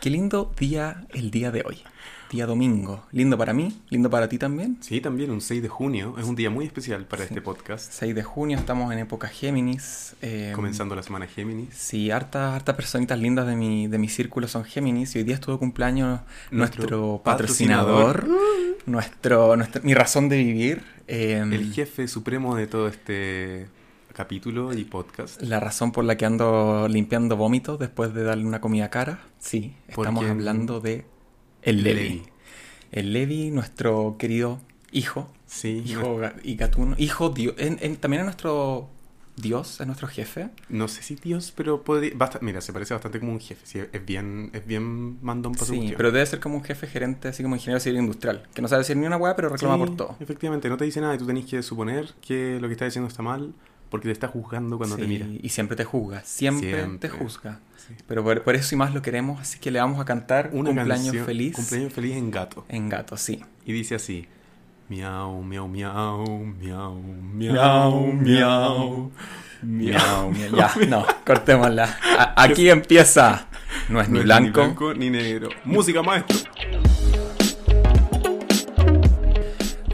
Qué lindo día el día de hoy. Día domingo. Lindo para mí, lindo para ti también. Sí, también un 6 de junio. Es un día muy especial para este podcast. 6 de junio, estamos en época Géminis. eh, Comenzando la semana Géminis. Sí, hartas hartas personitas lindas de mi, de mi círculo son Géminis y hoy día estuvo de cumpleaños nuestro, Nuestro patrocinador, patrocinador. Nuestro, nuestro- mi razón de vivir, eh, El jefe supremo de todo este capítulo y podcast. la razón por la que ando limpiando vómitos después de darle una comida cara. Sí, estamos Porque- hablando de el Levi. Levi. El Levi, nuestro querido hijo, Sí, no, hijo ga- y gatuno, hijo Dios, también es nuestro Dios, es nuestro jefe. no sé si Dios, pero podría... basta- Mira, se parece bastante como un jefe. sí, es bien es bien mandón para su Sí, cuestión. pero debe ser como un jefe gerente, así como ingeniero civil industrial, que no sabe decir ni una hueá, pero reclama Sí, por todo. Efectivamente, no te dice nada y tú tenés que suponer que lo que está diciendo está mal porque te está juzgando cuando te Sí, mira. Y siempre te juzga, siempre, Siempre. te juzga. Sí. Pero por, por eso y más lo queremos, así que le vamos a cantar un Una cumpleaños canción- feliz Cumpleaños feliz en gato. en gato, sí. Y dice así. Miau, miau, miau, miau, Miau, miau, miau, miau. Miau, miau. Ya, no, cortémosla. A- aquí empieza. No es No ni es blanco. Ni blanco ni negro. Música maestro.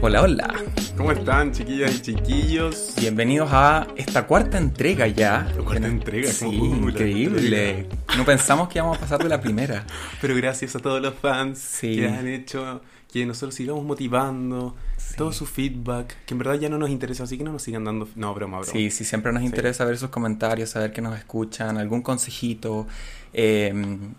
Hola, hola. ¿Cómo están, chiquillas y chiquillos? Bienvenidos a esta cuarta entrega ya. La cuarta En- entrega, sí, como, uh, la increíble. entrega. No pensamos que íbamos a pasar de la primera. Pero gracias a todos los fans Sí. que han hecho que nosotros sigamos motivando, Sí. todo su feedback, que en verdad ya no nos interesa, así que no nos sigan dando. No, broma, broma. Sí, sí, siempre nos interesa ver sus comentarios, saber que nos escuchan, algún consejito. Eh,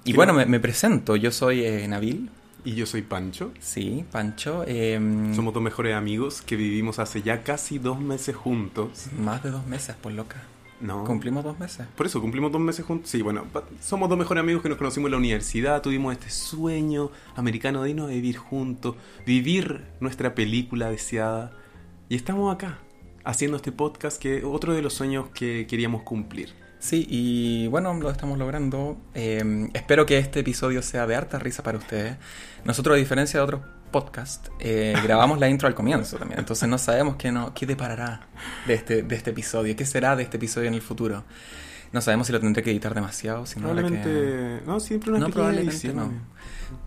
y Sí, bueno, no. me, me presento. Yo soy eh, Nabil. Y yo soy Pancho. Sí, Pancho. eh, Somos dos mejores amigos que vivimos hace ya casi dos meses juntos. Más de dos meses, por loca. No. Cumplimos dos meses. Por eso, cumplimos dos meses juntos. Sí, bueno, pa- somos dos mejores amigos que nos conocimos en la universidad, tuvimos este sueño americano de irnos a vivir juntos, vivir nuestra película deseada. Y estamos acá, haciendo este podcast que otro de los sueños que queríamos cumplir. Sí, y bueno, lo estamos logrando. Eh, espero que este episodio sea de harta risa para ustedes. Nosotros, a diferencia de otros podcasts, eh, grabamos la intro al comienzo también. Entonces no sabemos qué, no, qué deparará de este, de este episodio, qué será de este episodio en el futuro. No sabemos si lo tendré que editar demasiado, si no habrá que- Probablemente... No, siempre una No, pequeña probablemente edición. no.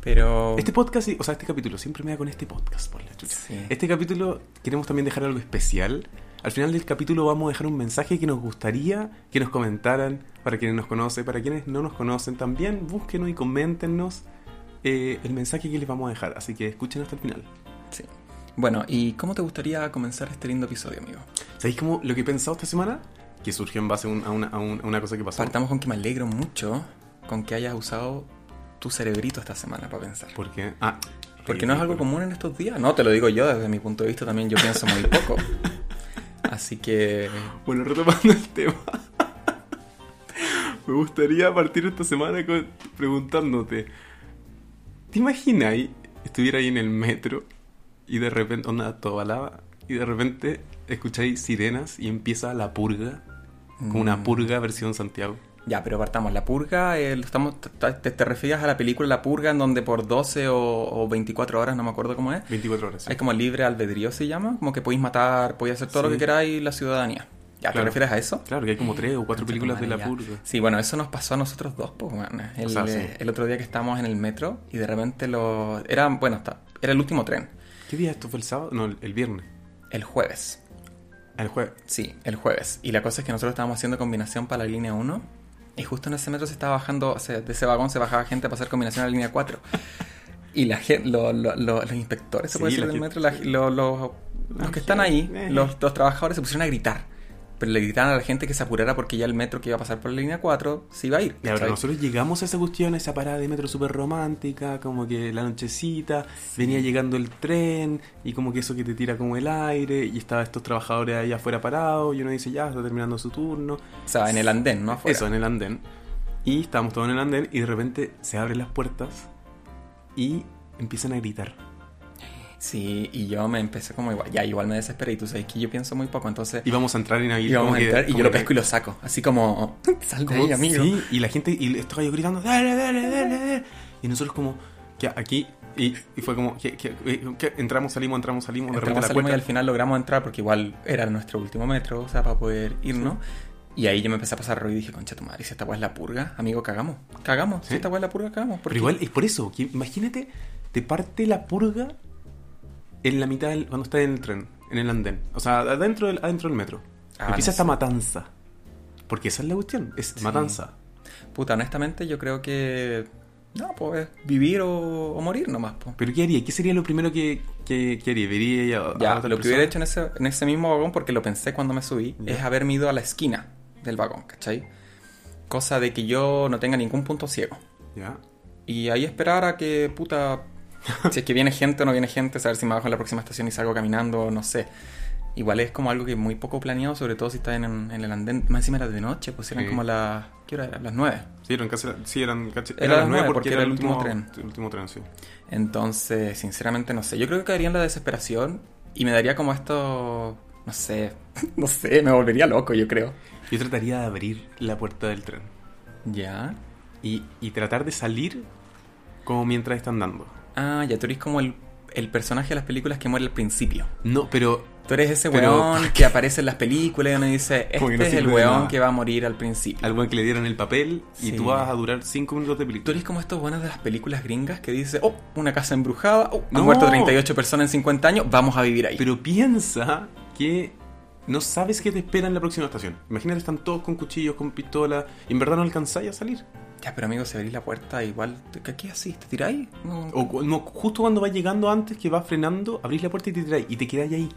Pero... Este podcast, o sea, este capítulo, siempre me da con este podcast, por la chucha. Sí. Este capítulo queremos también dejar algo especial. Al final del capítulo vamos a dejar un mensaje que nos gustaría que nos comentaran para quienes nos conocen, para quienes no nos conocen. También búsquenos y coméntenos eh, el mensaje que les vamos a dejar. Así que escuchen hasta el final. sí. Bueno, ¿y cómo te gustaría comenzar este lindo episodio, amigo? ¿Sabéis cómo lo que he pensado esta semana? Que surgió en base a, un- a una, a un- a una cosa que pasó. Partamos con que me alegro mucho con que hayas usado tu cerebrito esta semana para pensar. Porque, ah, Porque no es algo común en estos días. No, te lo digo yo, desde mi punto de vista también yo pienso muy poco. Así que... Bueno, retomando el tema. Me gustaría partir esta semana con- preguntándote. ¿Te imagináis estuviera ahí en el metro y de repente onda todo balaba y de repente escucháis sirenas y empieza la purga? Como una Mm. purga versión Santiago. Ya, pero partamos. La purga, eh, lo estamos, t- t- te, te refieres a la película La Purga en donde por 12 o, o 24 horas, no me acuerdo cómo es, 24 horas. sí. hay como libre albedrío, se llama, como que podéis matar, podéis hacer todo lo Sí. que queráis la ciudadanía. ¿Ya te Claro. refieres a eso? Claro que hay como tres o cuatro películas de la Ya. purga. Sí, bueno, eso nos pasó a nosotros dos, pues, weón. El, O sea, sí. eh, el otro día que estábamos en el metro y de repente lo... Era, bueno, está, era el último tren, ¿Qué día esto fue el sábado? No, el el viernes. el jueves. El jueves. Sí, el jueves. Y la cosa es que nosotros estábamos haciendo combinación para la línea 1 y justo en ese metro se estaba bajando, se- de ese vagón se bajaba gente para hacer combinación a la línea 4. Y la gen- lo- lo- lo- los inspectores, se Sí, puede decir, la del gen- metro, la- lo- lo- los que están ahí, Eh. los, los trabajadores se pusieron a gritar. Pero le gritaban a la gente que se apurara porque ya el metro que iba a pasar por la línea 4 se iba a ir. Y ahora ¿cachai? nosotros llegamos a esa cuestión, a esa parada de metro súper romántica, como que la nochecita, venía llegando el tren y como que eso que te tira como el aire y estaba estos trabajadores ahí afuera parados y uno dice ya, está terminando su turno. O sea, en el andén, ¿no? Afuera. Eso, en el andén. Y estábamos todos en el andén y de repente se abren las puertas y empiezan a gritar. Sí, y yo me empecé como igual, ya igual me desesperé y tú sabes que yo pienso muy poco, entonces Y vamos a entrar en ahí. y vamos como a que- entrar y como yo lo que- pesco y lo saco. Así como, sal de como- ahí, amigo. Sí, y la gente, y estos gallos gritando, dale, dale, dale, dale. Y nosotros como, que aquí, y, y fue como, que, que- eh, que entramos, salimos, entramos, salimos, de Entramos, repente la salimos y puerta. al final logramos entrar porque igual era nuestro último metro, o sea, para poder irnos. Y ahí yo me empecé a pasar rollo y dije, concha tu madre, si esta weá es la purga, amigo, cagamos. Cagamos. Si ¿Sí? esta weá es la purga, cagamos. Pero Porque igual es por eso, que imagínate, te parte la purga en la mitad del- cuando estás en el tren, en el andén. O sea, adentro del, adentro del metro. Ah, Empieza no esta sé. matanza. Porque esa es la cuestión, es Sí. matanza. Puta, honestamente yo creo que... No, pues es vivir o, o morir nomás, pues. Pero ¿qué haría? ¿Qué sería lo primero que, que, que haría? ¿Vería a, Ya, a lo otra que hubiera persona? hecho en ese, en ese mismo vagón, porque lo pensé cuando me subí, Ya. es haberme ido a la esquina del vagón, ¿cachai? Cosa de que yo no tenga ningún punto ciego. Ya. Y ahí esperar a que, puta, si es que viene gente o no viene gente, saber si me bajo en la próxima estación y salgo caminando, no sé. Igual es como algo que es muy poco planeado, sobre todo si estás en, en el andén. Más encima era de noche, pues eran Sí. como las... ¿Qué hora era? Las nueve. Sí, eran casi, sí, eran casi- Era eran las nueve, porque era el último El último tren, sí. Entonces, sinceramente, no sé. Yo creo que caería en la desesperación y me daría como esto... No sé, no sé, me volvería loco, yo creo. Yo trataría de abrir la puerta del tren Ya. y, y tratar de salir como mientras está andando. Ah, ya tú eres como el, el personaje de las películas que muere al principio. No, pero Tú eres ese Pero- weón que aparece en las películas y uno dice, este Como que es no el sirve de weón nada". que va a morir al principio. al buen que le dieron el papel y Sí. tú vas a durar 5 minutos de Tú película. eres como estos buenos de las películas gringas que dice, oh, una casa embrujada, oh, han No. muerto 38 personas en 50 años, vamos a vivir ahí. Pero piensa que no sabes qué te espera en la próxima estación. Imagínate, están todos con cuchillos, con pistolas, y en verdad no alcanzáis a salir. Ya, pero amigo, si abrís la puerta, igual, ¿qué, qué así? ¿Te tiráis? No. O cu- no, justo cuando vas llegando antes que vas frenando, abrís la puerta y te tiráis y te quedáis ahí.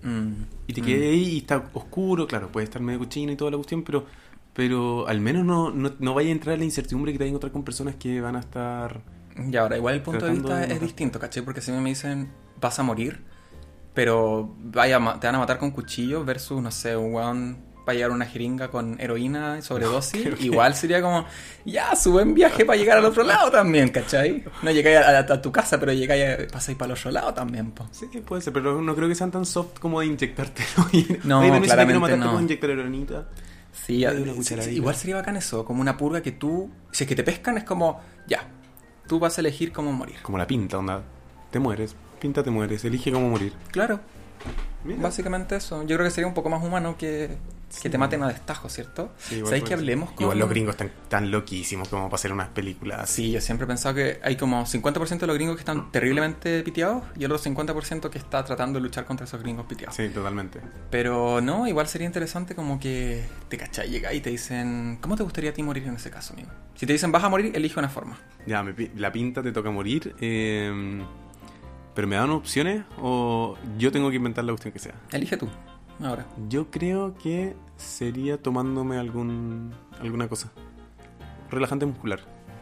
Mm. Y te quedáis ahí y está oscuro, claro, puede estar medio cochino y toda la cuestión, pero pero al menos no, no, no vaya a entrar en la incertidumbre que te vas a encontrar con personas que van a estar... Y ahora, igual el punto de Tratando vista de es matar. distinto, ¿cachai? Porque si a mí me dicen, vas a morir, pero vaya, ma- te van a matar con cuchillo versus, no sé, un weón para llegar a una jeringa con heroína, sobredosis, Creo que- igual sería como, ya, su buen viaje para llegar al otro lado también, ¿cachai? No llegáis a, a- a tu casa, pero llegáis, a- pasáis para el otro lado también, po. Sí, puede ser, pero no creo que sean tan soft como de inyectarte heroína. No, Oye, pero si te quiero claramente matarte, no. puedo inyectar heroinita. Sí, Le a- doy una sí, cucharadita. sí, igual sería bacán eso, como una purga que tú, si es que te pescan, es como, ya, tú vas a elegir cómo morir. Como la pinta, onda. Te mueres. Pinta, te mueres. Elige cómo morir. Claro, Mira. Básicamente eso. Yo creo que sería un poco más humano que, que te maten a destajo, ¿cierto? Sí, igual ¿Sabéis puede que ser. hablemos con... Igual los gringos están tan loquísimos como para hacer unas películas así. Sí, yo siempre he pensado que hay como 50% de los gringos que Mm. están terriblemente piteados y el otro 50% que está tratando de luchar contra esos gringos piteados. Sí, totalmente. Pero no, igual sería interesante como que te cachai, llega y te dicen, ¿cómo te gustaría a ti morir en ese caso, amigo? Si te dicen vas a morir, elige una forma. Ya, me pi- la pinta te toca morir. eh, pero me dan opciones o yo tengo que inventar la cuestión que sea. Elige tú. Ahora. Yo creo que sería tomándome algún alguna cosa. Relajante muscular.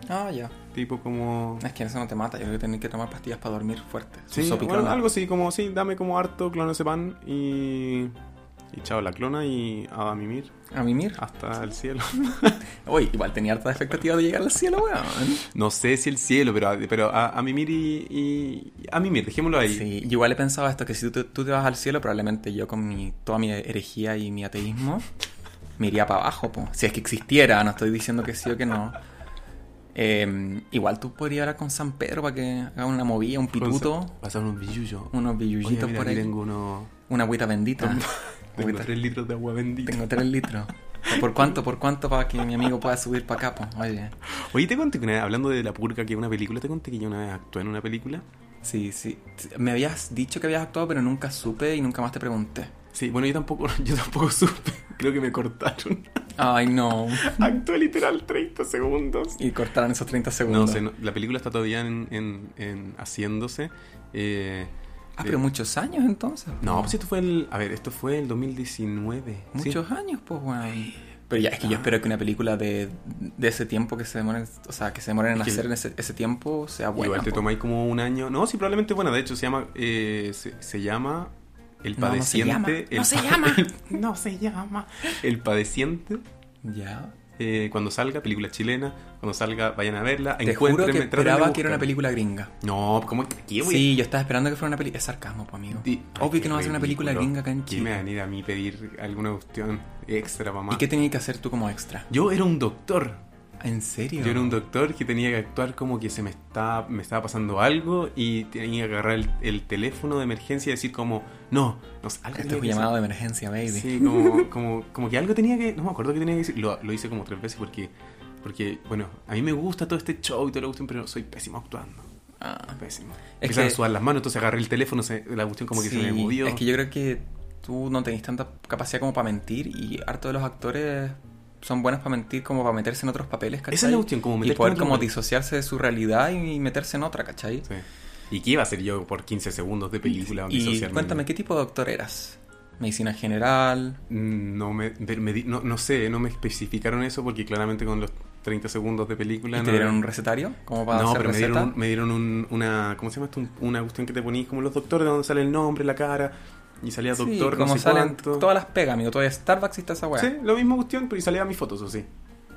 Ah, ya. Tipo como... Es que eso no te mata, yo creo que tenés que tomar pastillas para dormir fuerte. Sí, Sopiclona. bueno, algo así, como sí, dame como harto clonazepam y... Y chao, la clona y a mimir A mimir. hasta el cielo. Uy, igual tenía harta expectativa de llegar al cielo, weón. No sé si el cielo, pero, a- pero a, a mimir y, y- A mimir, dejémoslo ahí. Sí, yo igual he pensado esto, que si tú te, tú te vas al cielo, probablemente yo con mi, toda mi herejía y mi ateísmo, me iría para abajo, po. si es que existiera, no estoy diciendo que sí o que no. Eh, igual tú podrías hablar con San Pedro para que haga una movida, un pituto, Pasaron un billullo. unos billullitos Oye, mira, por aquí ahí, Tengo uno. una agüita bendita. Tengo Agüita- tres litros de agua bendita. tengo tres litros. ¿Por cuánto? ¿Por cuánto para que mi amigo pueda subir para acá? po? Oye, Oye, te conté que una vez, hablando de La Purga, que es una película, te conté que yo una vez actué en una película. sí, sí. Me habías dicho que habías actuado, pero nunca supe y nunca más te pregunté. Sí, bueno, yo tampoco, yo tampoco supe. Creo que me cortaron. Ay, no. Actué literal 30 segundos. Y cortaron esos 30 segundos. No sé, no- la película está todavía en, en- en haciéndose. Eh, Ah, eh, pero muchos años entonces. po. No, pues esto fue el. A ver, esto fue el 2019. ¿sí? Muchos años, pues, weón. Ah. Pero ya, es que yo espero que una película de, de ese tiempo que se demoren, o sea, que se demoren en Es que- hacer en ese, ese tiempo sea buena. Igual te po. tomáis como un año. No, sí, probablemente buena. De hecho, se llama. eh, se, se llama. El No, no se padeciente. llama. el No se pa- llama. el- no se llama. El padeciente. Ya. eh, cuando salga, película chilena. Cuando salga, vayan a verla. Te juro que encuéntrenme, traten de esperaba que era una buscarme. película gringa. No, ¿cómo que qué, güey? Sí, yo estaba esperando que fuera una película. Es sarcasmo, pues, amigo. Di- Ay, Obvio qué que no va a ser una película ridículo. gringa acá en ¿Quién me va a Chile. venir a mí pedir alguna cuestión extra, mamá? ¿Y qué tenías que hacer tú como extra? Yo era un doctor. ¿En serio? Yo era un doctor que tenía que actuar como que se me estaba, me estaba pasando algo y tenía que agarrar el, el teléfono de emergencia y decir como, no, no sé, algo Esto tenía es un que llamado de emergencia, baby. hacer". Sí, como, como, como que algo tenía que, no me acuerdo que tenía que decir, lo, lo hice como tres veces porque, porque, bueno, a mí me gusta todo este show y todo lo cuestión, pero soy pésimo actuando, Ah, pésimo. Es Empezaron que- a sudar las manos, entonces agarré el teléfono, se- la cuestión como que se sí, me movió. Es que yo creo que tú no tenés tanta capacidad como para mentir y harto de los actores son buenos para mentir como para meterse en otros papeles, ¿cachai? Esa es la cuestión, como y meterte poder en otro como papel. disociarse de su realidad y meterse en otra, ¿cachai? Sí. ¿Y qué iba a hacer yo por 15 segundos de película? Y disociarme? cuéntame, ¿qué tipo de doctor eras? ¿Medicina general? Mm, No, me, de- me di- no, no sé, no me especificaron eso porque claramente con los 30 segundos de película... ¿Y no- te dieron un recetario? ¿Cómo para No, hacer pero me receta? dieron, un- me dieron un- una... ¿Cómo se llama esto? Un- Una cuestión que te ponís como los doctores, donde sale el nombre, la cara, y salía Sí, doctor, no como sé salen cuánto. todas las pegas, amigo. Todavía Starbucks y está esa weá. Sí, lo mismo cuestión, pero y salía mis fotos, o sí.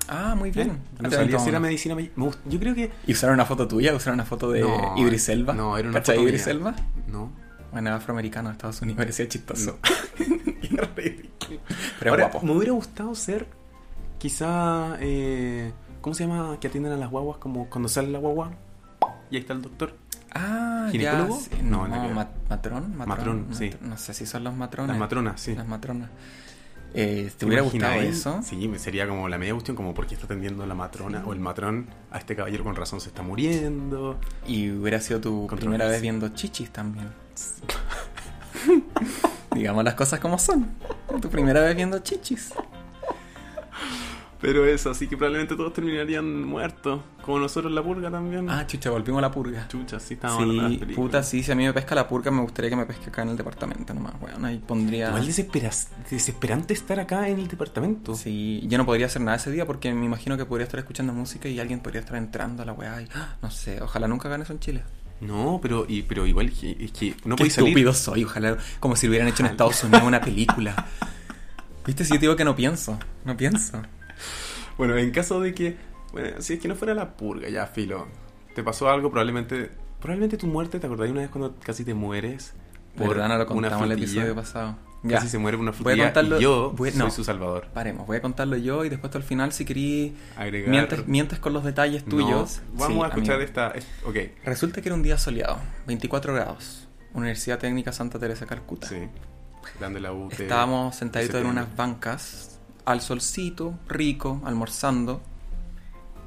Ah, muy ¿Eh? bien. Ah, No te salía aventó si era una. medicina... me- me gust- Yo creo que... ¿Y usaron una foto tuya? ¿Usaron una foto de No, Idris Elba? No, era una ¿Cachai foto Idris mía. Elba? No, Bueno, era afroamericano de Estados Unidos, parecía chistoso. Qué ridículo. Pero Ahora, guapo. Me hubiera gustado ser, quizá, eh, ¿cómo se llama? Que atiendan a las guaguas, como cuando sale la guagua y ahí está el doctor. Ah, ¿Ginecólogo? ya. sí, no, No, nada que ver. mat- matrón, matrón. Matrón, sí. No sé si son los matrones. Las matronas, sí. Las matronas. Eh, ¿Te ¿Te hubiera imaginas gustado ahí? eso? Sí, me- sería como la media cuestión, como por qué está atendiendo la matrona o el matrón a este caballero con razón se está muriendo. Y hubiera sido tu Controversia. primera vez viendo chichis también. Digamos las cosas como son. Tu primera vez viendo chichis. Pero eso, así que probablemente todos terminarían muertos, como nosotros en la purga también. Ah, chucha, volvimos a la purga. Chucha, sí, estábamos hablando de las Sí, películas. puta, sí, si a mí me pesca la purga, me gustaría que me pesque acá en el departamento nomás, weón. Ahí pondría. Igual desesperas- desesperante estar acá en el departamento. Sí, yo no podría hacer nada ese día porque me imagino que podría estar escuchando música y alguien podría estar entrando a la weá y ¡ah! no sé, ojalá nunca hagan eso en Chile. No, pero, y, pero igual que- es que no Qué podéis salir. estúpido soy, ojalá como si lo hubieran hecho en Estados Unidos una película. Viste, si yo te digo que no pienso, no pienso. Bueno, en caso de que. Bueno, si es que no fuera la purga, ya, filo. Te pasó algo, probablemente. Probablemente tu muerte, ¿te acordás una vez cuando casi te mueres? Por no lo una contamos en el frutilla? episodio pasado. Ya, Casi se muere por una Voy a frutilla contarlo- y yo voy- soy no. su salvador. paremos, voy a contarlo yo y después tú al final si querís Agregar... mientes, mientes con los detalles No, tuyos. Vamos Sí, a escuchar amigo. esta... es- Ok, Resulta que era un día soleado, 24 grados, Universidad Técnica Santa Teresa de Calcuta. sí. Grande la UT. Estábamos sentaditos en septiembre. unas bancas, al solcito, rico, almorzando.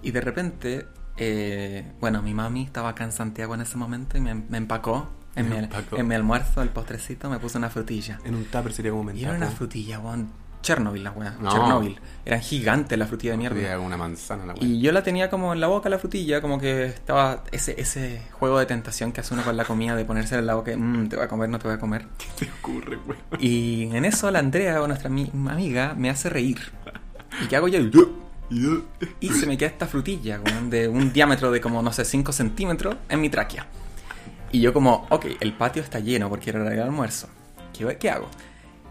Y de repente, eh, bueno, mi mami estaba acá en Santiago en ese momento y me, me empacó en, Me mi, empacó. en mi almuerzo, el postrecito, me puso una frutilla. En un tupper sería como Y mental. era una frutilla, weón. Chernobyl, la weá. No. Chernobyl. Eran gigantes las frutillas de mierda. Sería como una manzana la weá. Y yo la tenía como en la boca la frutilla, como que estaba ese, ese juego de tentación que hace uno con la comida de ponerse en la boca, mmm, te voy a comer, no te voy a comer. ¿Qué te ocurre, weón? Y en eso la Andrea, o nuestra mi- amiga, me hace reír. ¿Y qué hago yo? Y se me queda esta frutilla, weón, de un diámetro de como, no sé, 5 centímetros en mi tráquea. Y yo como, ok, el patio está lleno porque era el horario de almuerzo. ¿Qué, qué hago?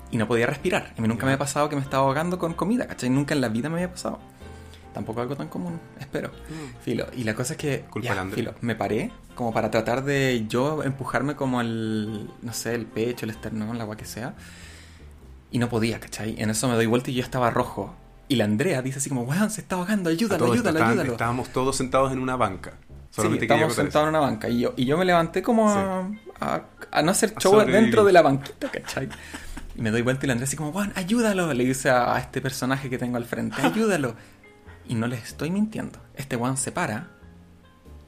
Y no podía respirar. Y nunca Ya. me había pasado que me estaba ahogando con comida, ¿cachai? Nunca en la vida me había pasado. Tampoco algo tan común, espero. Filo, y la cosa es que Culpa ya, de Andrés. filo, me paré como para tratar de yo empujarme como el, no sé, el pecho, el esternón, la agua que sea. Y no podía, ¿cachai? En eso me doy vuelta y yo estaba rojo. Y la Andrea dice así como, weón, se está ahogando, A ayúdalo, todo esto, ayúdalo, estaban- ayúdalo. Estábamos todos sentados en una banca. Sí, Solamente quería estábamos acotar eso. sentados en una banca y yo, y yo me levanté como a, a- a no hacer A show sobrevivir. dentro de la banquita, ¿cachai? Y me doy vuelta y la Andrea así como, Juan, ayúdalo, le dice a, a este personaje que tengo al frente, ayúdalo. Y no les estoy mintiendo. Este Juan se para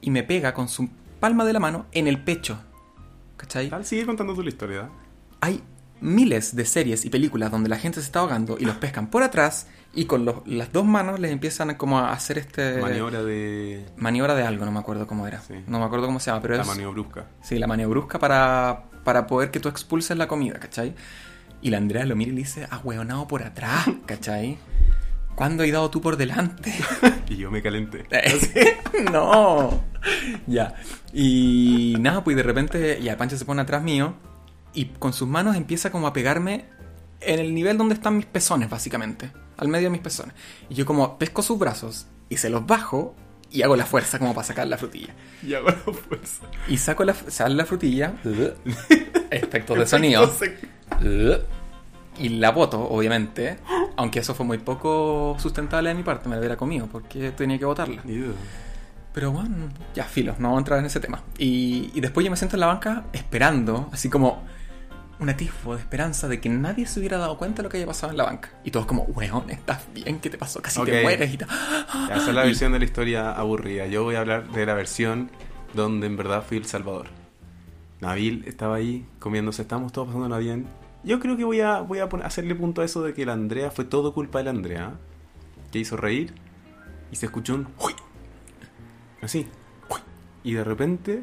y me pega con su palma de la mano en el pecho, ¿cachai? Tal, sigue contando tú la historia, ¿verdad? Hay miles de series y películas donde la gente se está ahogando y los pescan por atrás y con los- las dos manos les empiezan a como a hacer este... Maniobra de. Maniobra de algo, no me acuerdo cómo era. Sí. No me acuerdo cómo se llama, pero La es. maniobrusca. Sí, la maniobrusca para, para poder que tú expulses la comida, ¿cachai? Y la Andrea lo mira y le dice, ahueonado por atrás, ¿cachai? ¿Cuándo he dado tú por delante? Y yo me calenté. no. Ya. Y nada, pues de repente, ya Pancho se pone atrás mío y con sus manos empieza como a pegarme en el nivel donde están mis pezones, básicamente. Al medio de mis pezones. Y yo como pesco sus brazos y se los bajo y hago la fuerza como para sacar la frutilla. Y hago la fuerza. Y saco la, sale la frutilla. Efectos de sonido. Y la voto, obviamente, aunque eso fue muy poco sustentable de mi parte, me la hubiera comido, porque tenía que votarla. Ew. Pero bueno, ya filo, no voy a entrar en ese tema. Y, y después yo me siento en la banca esperando, así como un atisbo de esperanza de que nadie se hubiera dado cuenta de lo que había pasado en la banca. Y todos como, weón, estás bien, ¿qué te pasó? Casi Ok. te mueres y tal. Ya, Esa es la versión de la historia aburrida. Yo voy a hablar de la versión donde en verdad fui el salvador. Nabil estaba ahí comiéndose, estábamos todos pasándola bien. Yo creo que voy a, voy a pon- hacerle punto a eso de que la Andrea fue todo culpa de la Andrea, que hizo reír y se escuchó un ¡Uy! Así. ¡Uy! Y de repente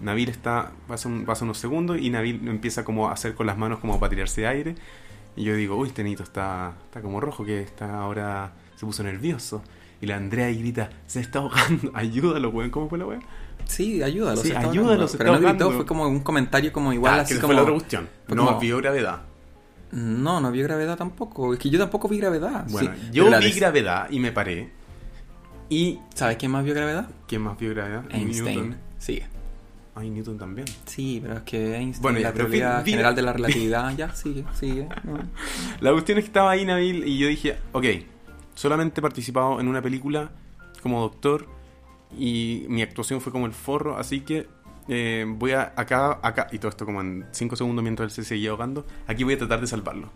Nabil está, pasa, un- pasa unos segundos y Nabil empieza como a hacer con las manos como para tirarse de aire. Y yo digo, uy, este nito está, está como rojo, que está ahora se puso nervioso. Y la Andrea ahí grita, se está ahogando, ayúdalo, weón, ¿cómo fue la weón? Sí, ayúdalo. Sí, se está ayúdalo, ahogando. se Pero está no gritó, ahogando. fue como un comentario como igual, así como... Ah, fue la otra cuestión. fue no como- vio gravedad. No, no vi gravedad tampoco. Es que yo tampoco vi gravedad. Bueno, Sí, yo pero la vi des- gravedad y me paré. Y, ¿Sabes quién más vio gravedad? ¿quién más vio gravedad? Einstein. Newton. Sí. Ay, Newton también. Sí, pero es que Einstein, Bueno, bueno, ya, la pero teoría vi- vi- general de la relatividad, ya, sigue, sigue. no. La cuestión es que estaba ahí Nabil y yo dije, ok, solamente he participado en una película como doctor y mi actuación fue como el forro, así que eh, voy a acá, acá, y todo esto como en 5 segundos mientras él se seguía ahogando, aquí voy a tratar de salvarlo.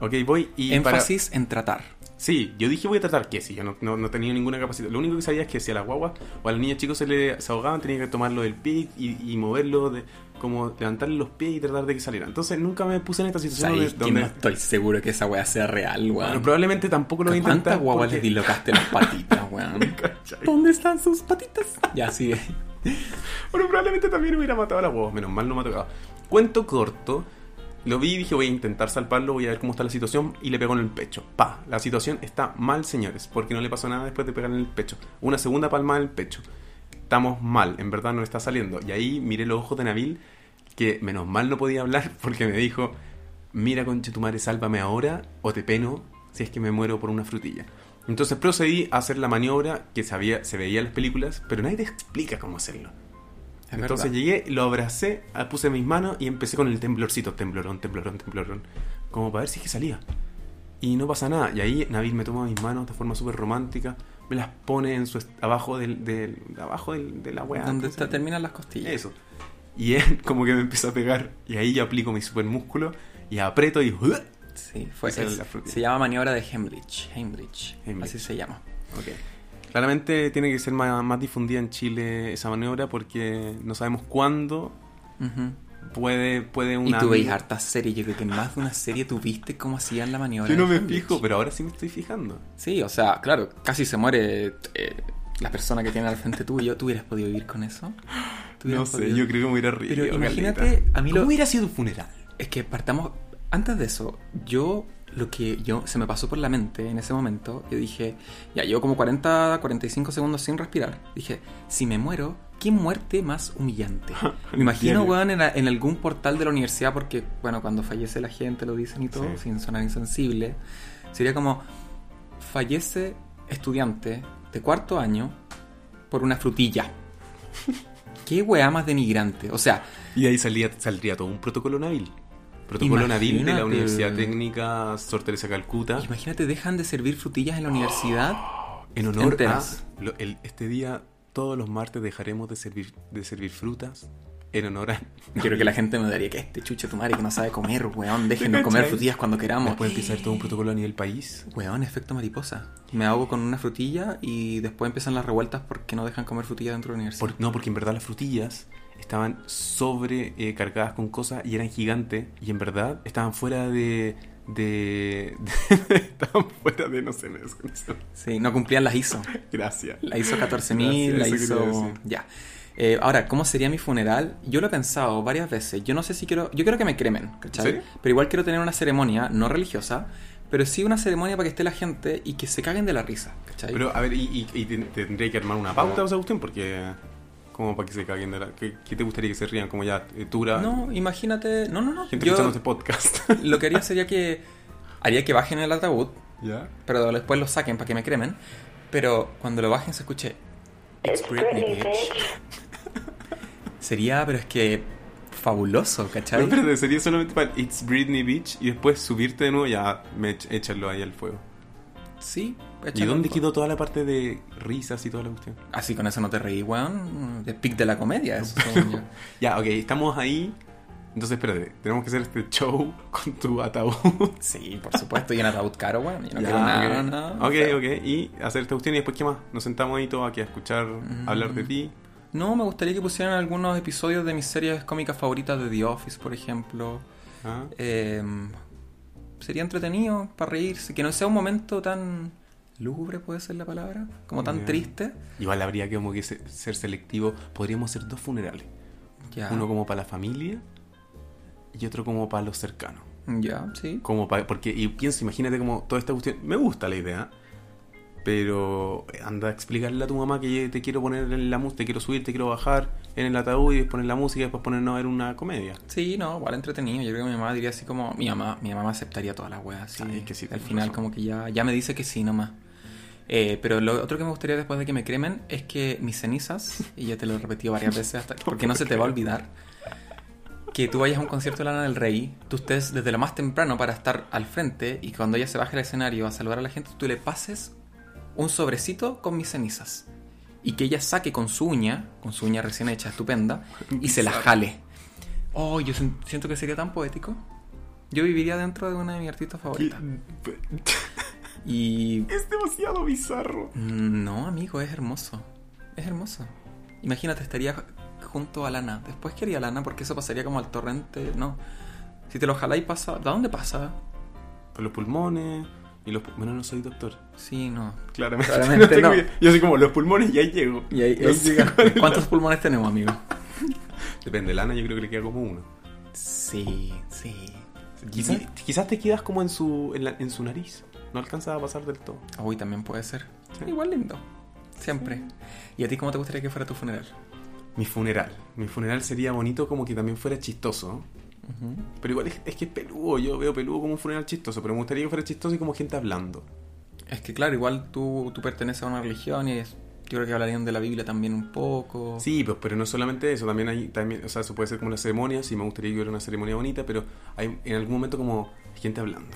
Ok, voy y... para- Énfasis en tratar. Sí, yo dije voy a tratar que si yo no, no- no tenía ninguna capacidad. Lo único que sabía es que si a las guaguas o a los niños chicos se les se ahogaban, tenía que tomarlo del pie y, y moverlo, de, como levantarle los pies y tratar de que saliera. Entonces nunca me puse en esta situación donde, ¿Sabes que donde- no estoy seguro que esa weá sea real, Bueno, weón? probablemente tampoco lo voy a intentar. ¿Cuántas guaguas porque- les dislocaste las patitas, weón? ¿Cachai? ¿Dónde están sus patitas? Ya, sigue. Bueno, probablemente también hubiera matado a las guaguas. Menos mal no me ha tocado. Cuento corto. Lo vi y dije voy a intentar salvarlo, voy a ver cómo está la situación y le pegó en el pecho. Pa, la situación está mal, señores, porque no le pasó nada después de pegar en el pecho. Una segunda palma en el pecho. Estamos mal, en verdad no está saliendo. Y ahí miré los ojos de Nabil, que menos mal no podía hablar porque me dijo, mira conchetumare, sálvame ahora o te peno si es que me muero por una frutilla. Entonces procedí a hacer la maniobra que sabía, se veía en las películas, pero nadie te explica cómo hacerlo. Es Entonces verdad. llegué, lo abracé, ah, puse mis manos y empecé con el temblorcito, temblorón, temblorón, temblorón, como para ver si es que salía. Y no pasa nada. Y ahí Nabil me toma mis manos de forma súper romántica, me las pone en su est- abajo del, del abajo del- de la weá. ¿Dónde ¿cómo se te llama? terminan las costillas? Eso. Y él como que me empieza a pegar y ahí yo aplico mi super músculo y aprieto y ¡uh! ¡Uah! Sí, fue Esa es es- la frutilla. Se llama maniobra de Heimlich. Heimlich. Heimlich. Así se llama. Ok. Claramente tiene que ser más, más difundida en Chile esa maniobra porque no sabemos cuándo Ujú. puede puede Y una tú veis hartas series. Yo creo que en más de una serie tuviste cómo hacían la maniobra. Yo no de me Heimlich. fijo, pero ahora sí me estoy fijando. Sí, o sea, claro, casi se muere eh, la persona que tiene al frente tuyo. ¿Tú hubieras podido vivir con eso? ¿Tú No hubieras sé, podido- yo creo que me hubiera reído. Pero imagínate, caleta. a mí lo- ¿Cómo hubiera sido un funeral? Es que partamos. Antes de eso, yo lo que yo se me pasó por la mente en ese momento, yo dije, ya llevo como 40, 45 segundos sin respirar. Dije, si me muero, qué muerte más humillante. Me imagino, Diario. weón, en, en algún portal de la universidad, porque, bueno, cuando fallece la gente lo dicen y todo, Sí. sin sonar insensible. Sería como, fallece estudiante de cuarto año por una frutilla. Qué weá más denigrante. O sea, Y de ahí salía, saldría todo un protocolo Nabil. Protocolo Nabil de la Imagínate. Universidad Técnica Sor Teresa de Calcuta. Imagínate, dejan de servir frutillas en la universidad. En honor a enteras. lo- el- este día, todos los martes dejaremos de servir, de servir frutas. En honor a. Yo creo que la gente me daría que este chucha tu madre que no sabe comer, weón. ¿Te Déjenos comer cachai? frutillas cuando queramos. Después empieza todo un protocolo a nivel país. Weón, efecto mariposa. Me ahogo con una frutilla y después empiezan las revueltas porque no dejan comer frutillas dentro de la universidad. Por- no, porque en verdad las frutillas estaban sobrecargadas con cosas y eran gigantes. Y en verdad estaban fuera de. de, estaban fuera de. No sé, me desconecté. Sí, no cumplían las ISO. Gracias. La ISO 14000, la Gracias, eso quería ISO... decir. Ya. Eh, ahora, ¿cómo sería mi funeral? Yo lo he pensado varias veces. Yo no sé si quiero... Yo quiero que me cremen, ¿cachai? ¿Sí? Pero igual quiero tener una ceremonia, no religiosa, pero sí una ceremonia para que esté la gente y que se caguen de la risa, ¿cachai? Pero a ver, y, y- y ten- tendría que armar una pauta, o sea, Agustín, porque. Como para que se caguen de la. ¿Qué, qué te gustaría que se rían? Como ya, eh, tú, la- No, imagínate... No, no, no. gente Yo- escuchando este podcast. Lo que haría sería que haría que bajen el ataúd, ¿Ya? pero después lo saquen para que me cremen. Pero cuando lo bajen se escuche It's Britney, bitch. Sería, pero es que fabuloso, ¿cachai? Pero espérate, sería solamente para It's Britney Beach y después subirte de nuevo y ya me ech- echarlo ahí al fuego. Sí. ¿Y échale dónde un- quedó toda la parte de risas y toda la cuestión? Así con eso no te reí, weón. El pic de la comedia, eso. según yo. Ya, ok, estamos ahí. Entonces, espérate, tenemos que hacer este show con tu ataúd. Sí, por supuesto. Y en ataúd caro, weón. Yo no Ya, quiero nada, ok. nada. Ok, O sea, ok, y hacer esta cuestión y después, ¿qué más? Nos sentamos ahí todos aquí a escuchar, Mm. hablar de ti. No, me gustaría que pusieran algunos episodios de mis series cómicas favoritas de The Office, por ejemplo. Ah, Em, sería entretenido para reírse. Que no sea un momento tan lúgubre, puede ser la palabra. Como tan Ya. triste. Igual habría que como que se- ser selectivo. Podríamos hacer dos funerales. Ya. Uno como para la familia y otro como para los cercanos. Ya, sí. Como para, porque, y pienso, imagínate como toda esta cuestión. Me gusta la idea, pero anda a explicarle a tu mamá que te quiero poner en la música, te quiero subir, te quiero bajar en el ataúd y después poner la música y después ponernos a ver una comedia. Sí, no, igual entretenido. Yo creo que mi mamá diría así como... Mi mamá, mi mamá aceptaría todas las weas. Sí. Ay, es que sí, Al tienes final razón. como que ya, ya me dice que sí nomás. Eh, pero lo otro que me gustaría después de que me cremen es que mis cenizas, y ya te lo he repetido varias veces hasta porque no se te va a olvidar, que tú vayas a un concierto de Lana del Rey, tú estés desde lo más temprano para estar al frente y cuando ella se baje al escenario a saludar a la gente, tú le pases un sobrecito con mis cenizas y que ella saque con su uña, con su uña recién hecha, estupenda, y se la jale. Oh, yo sen- siento que sería tan poético. Yo viviría dentro de una de mis artistas favoritas. Y Es demasiado bizarro. Mm, No, amigo, es hermoso. Es hermoso. Imagínate, estaría junto a Lana. Después que haría Lana, porque eso pasaría como al torrente. No. Si te lo jaláis, pasa. ¿A dónde pasa? Por los pulmones y los... pu- Bueno, no soy doctor. Sí, no. Claramente. Claramente tengo no. idea. Yo soy como, los pulmones ya llego. Y ahí, No ahí sé llega- cuál es la- ¿Cuántos pulmones tenemos, amigo? Depende, Lana yo creo que le queda como uno. Sí, sí. Quizás, quizás te quedas como en su, en, la- en su nariz. No alcanza a pasar del todo. Uy, también puede ser. Sí. Igual lindo. Siempre. ¿Y a ti cómo te gustaría que fuera tu funeral? Mi funeral. Mi funeral sería bonito como que también fuera chistoso. Ujú. Pero igual es, es que es peludo. Yo veo peludo como un funeral chistoso. Pero me gustaría que fuera chistoso y como gente hablando. Es que, claro, igual tú, tú perteneces a una religión y es- yo creo que hablarían de la Biblia también un poco. Sí, pues, pero no solamente eso. También hay... También, o sea, eso puede ser como una ceremonia. Sí, me gustaría que hubiera una ceremonia bonita. Pero hay en algún momento como gente hablando.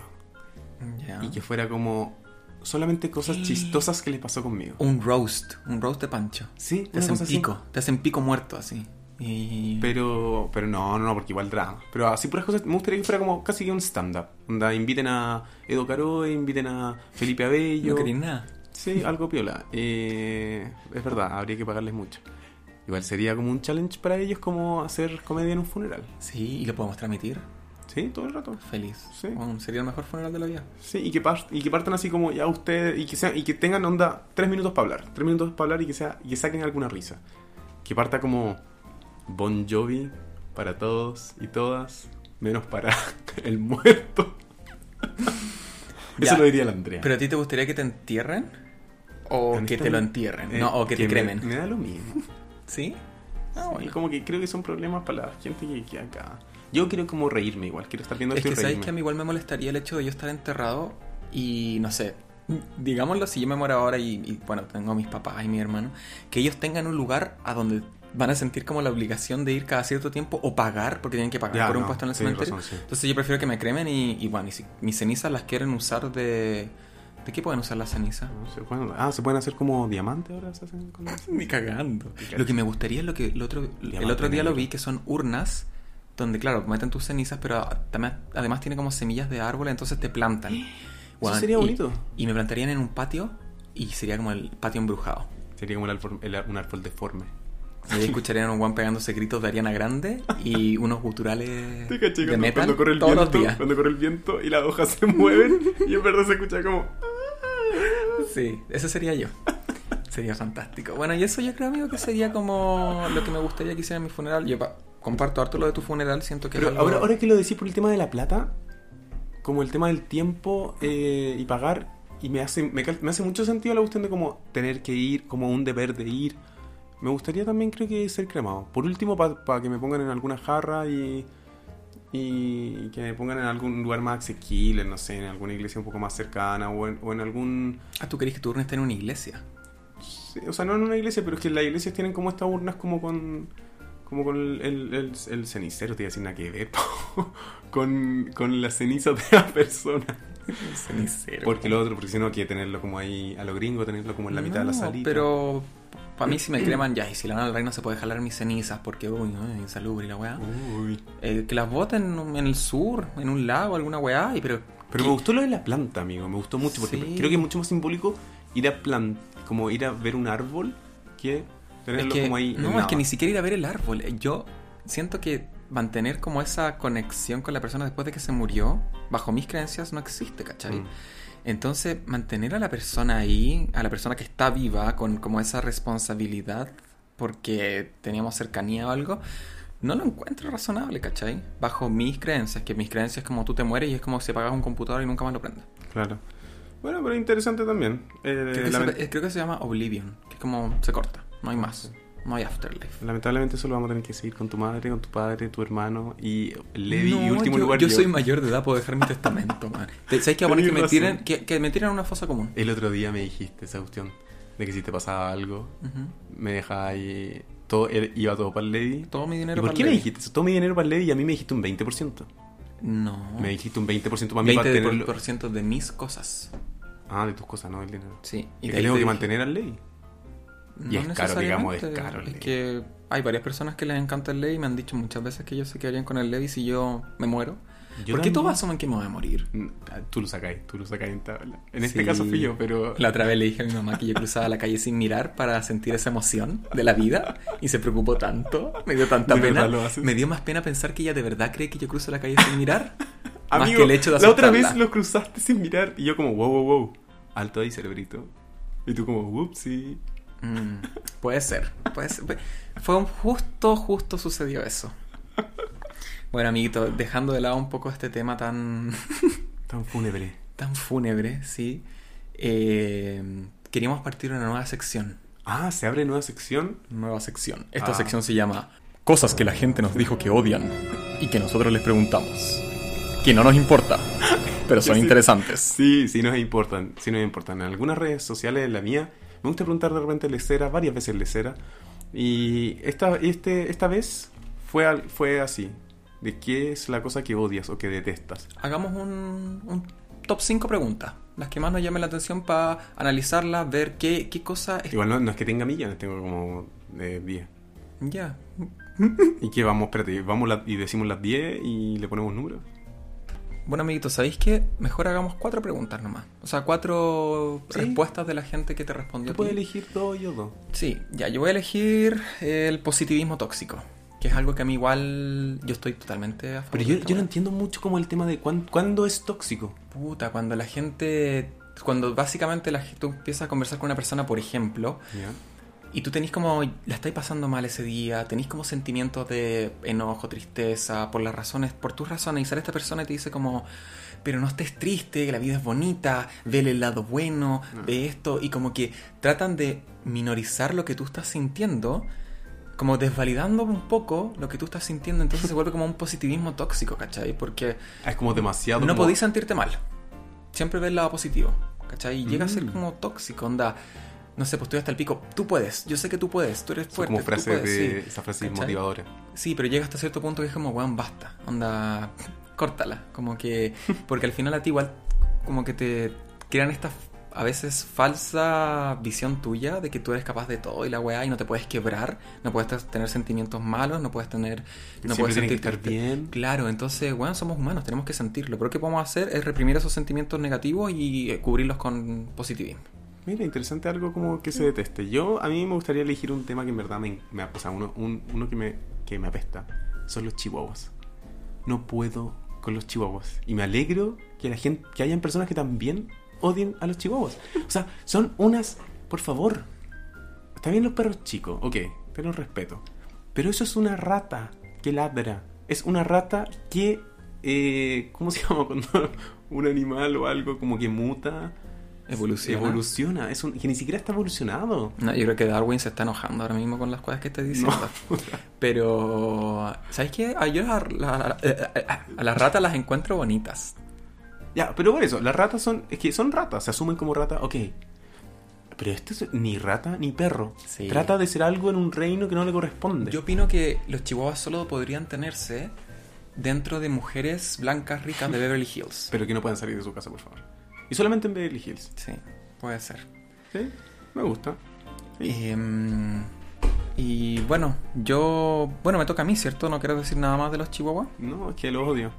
Ya. Y que fuera como solamente cosas Ah. Sí. chistosas que les pasó conmigo. un roast, un roast de Pancho. Sí, Te una hacen cosa así. pico, te hacen pico muerto así. Y... Pero, pero no, no, porque igual drama. Pero así puras cosas, me gustaría que fuera como casi que un stand-up. Onda, inviten a Edo Caroe, inviten a Felipe Abello. no queréis nada. Sí, algo piola. Eh, es verdad, habría que pagarles mucho. Igual sería como un challenge para ellos como hacer comedia en un funeral. Sí, y lo podemos transmitir. Sí, todo el rato. Feliz. Sí. Bueno, sería el mejor funeral de la vida. Sí, y que, par- y que partan así como ya ustedes, y que, sean- y que tengan onda tres minutos para hablar, tres minutos para hablar y que, sea, y que saquen alguna risa. Que parta como Bon Jovi para todos y todas, menos para el muerto. Eso Ya. lo diría la Andrea. Pero a ti te gustaría que te entierren o que te lo entierren, Eh, no, o que, te me- cremen. Me, da lo mismo. ¿Sí? Ah, Y bueno. como que creo que son problemas para la gente que queda acá. Yo quiero como reírme igual, quiero estar viendo Es esto y que sabéis reírme. que a mí igual me molestaría el hecho de yo estar enterrado y no sé. Digámoslo, si yo me muero ahora y, y, bueno, tengo a mis papás y mi hermano, que ellos tengan un lugar a donde van a sentir como la obligación de ir cada cierto tiempo o pagar, porque tienen que pagar Ya, por un no, puesto en el tienes cementerio. razón, sí. Entonces yo prefiero que me cremen y, y bueno, y si mis cenizas las quieren usar de. ¿De qué pueden usar las cenizas? No sé, bueno, ah, se pueden hacer como diamante ahora. ¿Se hacen con eso? Ni cagando. Lo que me gustaría es lo que el otro, el Diamante otro día lo negro. vi, que son urnas donde, claro, meten tus cenizas, pero también, además tiene como semillas de árboles, entonces te plantan. Weón, sería y- bonito. Y, me plantarían en un patio y sería como el patio embrujado. Sería como el árbol- el ar- un árbol deforme. Y ahí escucharían a un guan pegándose gritos de Ariana Grande y unos guturales Te caché de cuando, metal cuando corre el todos viento, los días. cuando corre el viento y las hojas se mueven y en verdad se escucha como Sí, ese sería yo. Sería fantástico. Bueno, y eso yo creo, amigo, que sería como lo que me gustaría que hiciera en mi funeral. Yo pa- comparto harto lo de tu funeral, siento que... es Pero algo- ahora, ahora que lo decís por el tema de la plata, como el tema del tiempo eh, y pagar, y me hace, me, cal- me hace mucho sentido la cuestión de como tener que ir, como un deber de ir. Me gustaría también, creo que, ser cremado. Por último, para que me pongan en alguna jarra y, y que me pongan en algún lugar más asequible, no sé, en alguna iglesia un poco más cercana o en, o en algún... Ah, tú querés que tu urna esté en una iglesia. Sí, O sea, no en una iglesia, pero es que las iglesias tienen como estas urnas como con, como con el, el- el- el cenicero, te iba a decir nada que ver, po. con, con la ceniza de la persona. Cenicero. Porque lo otro, porque si no, quiere tenerlo como ahí a lo gringo, tenerlo como en la mitad de la No, salita. Pero para mí si me creman ya, y si la van al reino se puede jalar mis cenizas porque uy, uy, insalubre y la weá. Uy. Eh, que las boten en el sur, en un lago, alguna weá, y pero Pero me gustó lo de la planta, amigo. Me gustó mucho porque Sí. creo que es mucho más simbólico ir a plan, como ir a ver un árbol que es tenerlo que, como ahí. en no, es nada. que ni siquiera ir a ver el árbol. Eh, Yo siento que mantener como esa conexión con la persona después de que se murió, bajo mis creencias, no existe, ¿cachai? Mm. Entonces, mantener a la persona ahí, a la persona que está viva, con como esa responsabilidad porque teníamos cercanía o algo, no lo encuentro razonable, ¿cachai? Bajo mis creencias, que mis creencias es como tú te mueres y es como si apagas un computador y nunca más lo prendes. Claro. Bueno, pero interesante también. Eh, Creo, que lament- se, eh, creo que se llama Oblivion, que es como se corta, no hay más, no hay afterlife. Lamentablemente solo vamos a tener que seguir con tu madre, con tu padre, tu hermano y Levi. y No, último yo, lugar yo soy mayor de edad, puedo dejar mi testamento, man. Te- ¿Sabes qué? Voy a poner Tenés que me, tiren, razón. que, que me tiren a una fosa común. El otro día me dijiste esa cuestión de que si te pasaba algo, Ujú. me dejaba ahí. Todo, él iba todo para el Levi. Todo mi ¿Y dinero por para qué me Levi. dijiste eso? Todo mi dinero para el Levi y a mí me dijiste un 20%. No. Me dijiste un 20% para mí para 20% tenerlo. por ciento Ah. de mis cosas. Ah, de tus cosas, no del dinero. Sí. Y de que ahí tengo te que dije- mantener al Levi. Y es No caro, digamos, es necesariamente. caro el Es Levi. que hay varias personas que les encanta el Levi y me han dicho muchas veces que ellos se quedarían con el Levi si yo me muero. Yo ¿Por qué también- todos asumen que me voy a morir? Mm, ah, Tú lo sacáis, tú lo sacáis en tabla. En este Sí. caso fui yo, pero. La otra vez le dije a mi mamá que yo cruzaba la calle sin mirar para sentir esa emoción de la vida y se preocupó tanto, me dio tanta De verdad pena. lo haces. Me dio más pena pensar que ella de verdad cree que yo cruzo la calle sin mirar. más Amigo, que el hecho de la otra vez aceptarla. lo cruzaste sin mirar y yo como wow, wow, wow. Alto ahí, cerebrito. Y tú como whoopsie. Mm, puede ser, puede ser. Fue- Fue un justo, justo sucedió eso. Bueno, amiguito, dejando de lado un poco este tema tan Tan fúnebre. tan fúnebre, ¿sí? Eh, queríamos partir una nueva sección. Ah, se abre nueva sección. Nueva sección. Esta Ah. sección se llama Cosas que la gente nos dijo que odian y que nosotros les preguntamos. Que no nos importa, pero son Sí. interesantes. Sí, sí nos importan, sí nos importan. En algunas redes sociales, en la mía, me gusta preguntar de repente lecera, varias veces lecera. Y esta, este, esta vez fue, al- fue así. ¿De qué es la cosa que odias o que detestas? Hagamos un, un top 5 preguntas. Las que más nos llamen la atención para analizarlas, ver qué, qué cosa es. Igual no, no es que tenga millones, tengo como eh, 10. Ya. ¿Y qué vamos? Espérate, vamos la- y decimos las 10 y le ponemos números. Bueno, amiguitos, ¿sabéis qué? Mejor hagamos cuatro preguntas nomás. O sea, cuatro Sí. respuestas de la gente que te respondió. a Tú ti. puedes elegir dos y yo dos. Sí, ya, yo voy a elegir el positivismo tóxico, que es algo que a mí igual yo estoy totalmente a favor. Pero yo, de esta yo no weá. entiendo mucho como el tema de cuán- cuándo es tóxico. Puta, cuando la gente, cuando básicamente la, gente- tú empiezas a conversar con una persona, por ejemplo, y tú tenés como, la estáis pasando mal ese día, tenés como sentimientos de enojo, tristeza, por las razones, por tus razones, y sale esta persona y te dice como, pero no estés triste, que la vida es bonita, vele el lado bueno de esto, y como que tratan de minorizar lo que tú estás sintiendo, como desvalidando un poco lo que tú estás sintiendo, entonces se vuelve como un positivismo tóxico, ¿cachai? Porque Ah, Es como demasiado. no como- podéis sentirte mal. Siempre ves el lado positivo. ¿Cachai? Y llega a ser Mm. como tóxico, onda. No sé, pues estoy hasta el pico. Tú puedes, yo sé que tú puedes, tú eres Son fuerte. como tú frases puedes", de. sí. Esas frases ¿Cachai? motivadoras. Sí, pero llega hasta cierto punto que es como, weón, basta. Onda, córtala. Como que. Porque al final a ti igual, como que te crean esta a veces falsa visión tuya de que tú eres capaz de todo y la weá y no te puedes quebrar, no puedes t- tener sentimientos malos, no puedes tener. No Siempre puedes tiene que sentirte- estar bien. Claro, entonces, bueno, somos humanos, tenemos que sentirlo. Pero lo que podemos hacer es reprimir esos sentimientos negativos y eh, cubrirlos con positivismo. Mira, interesante algo como que se deteste. Yo, a mí me gustaría elegir un tema que en verdad me, me o sea, uno, un- uno que, me, que me apesta. Son los chihuahuas. No puedo con los chihuahuas. Y me alegro que, la gente, que hayan personas que también odien a los chihuahuas. O sea, son unas... Por favor. Está bien los perros chicos, ok, te los respeto. Pero eso es una rata que ladra. Es una rata que... eh, ¿Cómo se llama cuando un animal o algo como que muta? Evoluciona. Evoluciona, es un, que ni siquiera está evolucionado. No, yo creo que Darwin se está enojando ahora mismo con las cosas que estás diciendo. Pero, ¿sabes qué? A, yo a, la- a- a- a las ratas las encuentro bonitas. Ya, pero por eso, las ratas son, es que son ratas, se asumen como ratas, ok. Pero esto es ni rata ni perro. Sí. Trata de ser algo en un reino que no le corresponde. Yo opino que los chihuahuas solo podrían tenerse dentro de mujeres blancas ricas de Beverly Hills. Pero que no puedan salir de su casa, por favor. Y solamente en Beverly Hills. Sí, puede ser. Sí, me gusta. Sí. Em, y bueno, yo... Bueno, me toca a mí, ¿cierto? No quiero decir nada más de los chihuahuas. No, es que lo odio.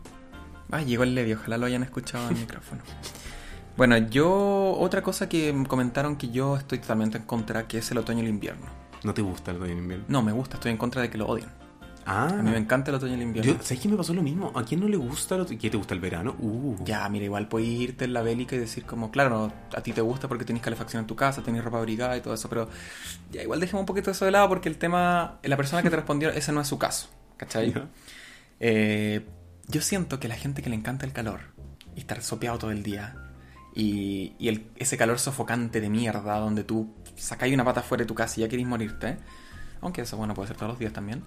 Ah, llegó el Levi, ojalá lo hayan escuchado en el micrófono. Bueno, yo... Otra cosa que me comentaron que yo estoy totalmente en contra, que es el otoño y el invierno. No te gusta el Doyen Invierno. No, me gusta, estoy en contra de que lo odien. Ah, A mí me encanta el otoño y el invierno. yo, ¿sabes qué me pasó lo mismo? ¿A quién no le gusta? Lo... ¿Qué te gusta el verano? Uh, Ya, mira, igual puedes irte en la bélica y decir como, claro, a ti te gusta porque tenés calefacción en tu casa, tenés ropa abrigada y todo eso, pero ya, igual dejemos un poquito eso de lado porque el tema, la persona que te respondió, ese no es su caso, ¿cachai? Ya. Eh, yo siento que la gente que le encanta el calor y estar sopeado todo el día y, y el- ese calor sofocante de mierda donde tú sacáis una pata fuera de tu casa y ya querís morirte, aunque eso, bueno, puede ser todos los días también,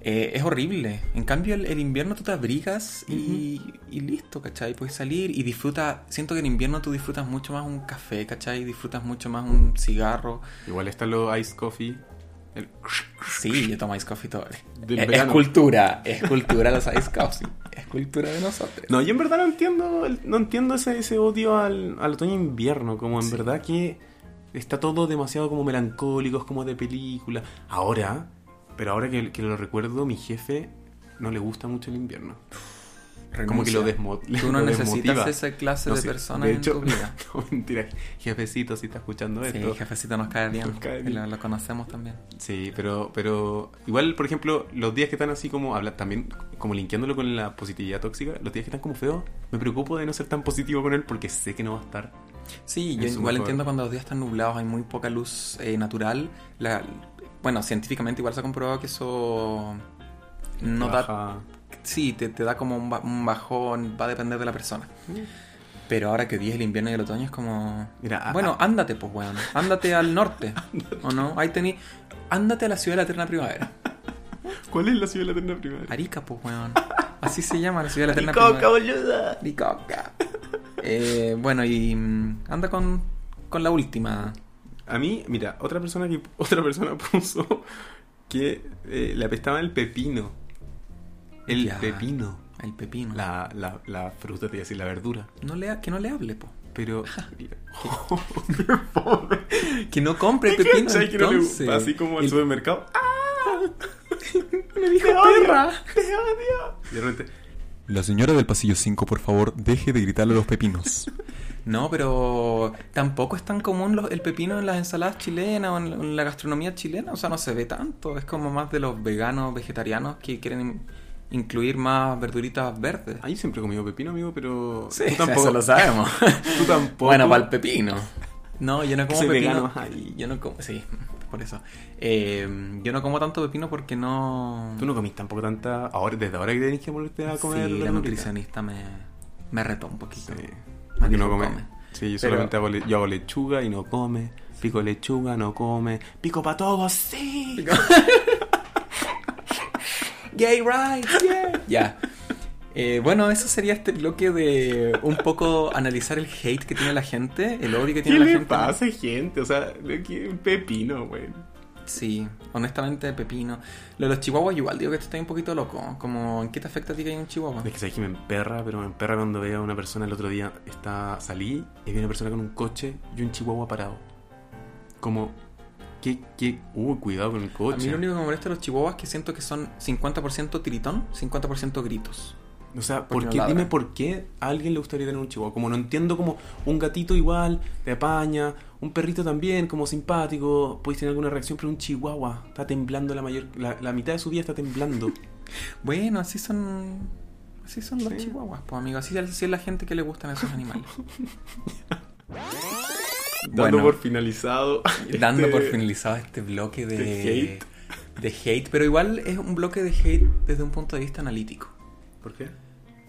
eh, es horrible. En cambio, el, el invierno tú te abrigas y, y listo, ¿cachai? Puedes salir y disfruta. Siento que en invierno tú disfrutas mucho más un café, ¿cachai? Disfrutas mucho más un cigarro. Igual está lo Ice Coffee. El- Sí, yo tomo ice coffee todo. Del Eh, es verano. cultura, es cultura los ice coffee. Es cultura de nosotros. No, yo en verdad no entiendo, el- no entiendo ese, ese odio al, al otoño e invierno, como en verdad que está todo demasiado como melancólico, es como de película. Ahora, pero ahora que, que lo recuerdo, mi jefe no le gusta mucho el invierno. Como que lo, desmo Tú no lo necesitas desmotiva. esa clase No, de sí, personas de hecho, en tu vida. No, mentira, jefecito, si está escuchando Sí, esto. jefecito nos cae bien. Nos cae y bien. Lo, lo conocemos también. Sí, pero, pero igual, por ejemplo, los días que están así como, habla, también como linkeándolo con la positividad tóxica, los días que están como feos, me preocupo de no ser tan positivo con él porque sé que no va a estar. Sí, En yo su igual mejor. entiendo cuando los días están nublados, hay muy poca luz eh, natural. La, bueno, científicamente igual se ha comprobado que eso no da Baja. Sí, te, te da como un, ba- un bajón, va a depender de la persona. Mm. Pero ahora que odias el invierno y el otoño es como... Mira, a- bueno, ándate pues, weón. Ándate al norte. ¿O no? Ahí tení... Ándate a la ciudad de la eterna primavera. ¿Cuál es la ciudad de la eterna primavera? Arica, pues, weón. Así se llama la ciudad de la eterna Aricoca, primavera. boluda. Aricoca. Eh, bueno, y mm, anda con, con la última. A mí, mira, otra persona que otra persona puso que eh, le apestaba el pepino. El Ya. pepino. El pepino. La, la, la fruta, te iba a decir, la verdura. No le, ha- que no le hable, pues. po. Pero. Que no compre el pepino, ¿Cachai que no le entonces. gusta? Así como al El- supermercado. ¡Ah! me dijo ¡Te odio! perra. ¡Te odio! Y de repente, La señora del pasillo 5, por favor, deje de gritarle a los pepinos. No, pero tampoco es tan común los- el pepino en las ensaladas chilenas o en, en la gastronomía chilena. O sea, no se ve tanto. Es como más de los veganos, vegetarianos que quieren in- incluir más verduritas verdes. Ah, yo siempre he comido pepino, amigo, pero. Sí, tú tampoco. eso lo sabemos. Tú tampoco. bueno, para el pepino. No, yo no como Soy pepino. vegano, ay. Yo no como, sí, por eso. Eh, yo no como tanto pepino porque no... Tú no comís tampoco tanta. Ahora, desde ahora que tenés que volverte a comer. sí, la verdurita. nutricionista me, me retó un poquito. Sí. Nadie Porque no lo come. come. Sí, yo Pero- solamente hago, le- yo hago lechuga y no come. Pico lechuga, no come. Pico para todos, sí. Gay rights, yeah. Ya. Eh, bueno, eso sería este bloque de un poco analizar el hate que tiene la gente, el odio que ¿Qué tiene la le gente. pasa, gente? O sea, ¿de qué? un pepino, güey. Sí, honestamente, Pepino. Lo de los chihuahuas, igual digo que esto está un poquito loco. Como, ¿en qué te afecta a ti que hay un chihuahua? Es que sabes que me emperra, pero me emperra cuando veo a una persona el otro día. Está, salí y vi una persona con un coche y un chihuahua parado. Como, ¿qué? qué? Uy, cuidado con A el mí coche. lo único que me molesta de los chihuahuas es que siento que son 50% tiritón, 50% gritos. O sea, Porque ¿por no qué, ladran. dime por qué a alguien le gustaría tener un chihuahua. Como no entiendo como un gatito igual, te apaña, un perrito también, como simpático, puedes tener alguna reacción, pero un chihuahua está temblando la mayor, la, la mitad de su vida está temblando. Bueno, así son. Así son los Sí. chihuahuas, pues amigo. Así, así es la gente que le gustan esos animales. Dando por finalizado. dando este- por finalizado este bloque de, de hate. de hate, pero igual es un bloque de hate desde un punto de vista analítico, ¿Por qué?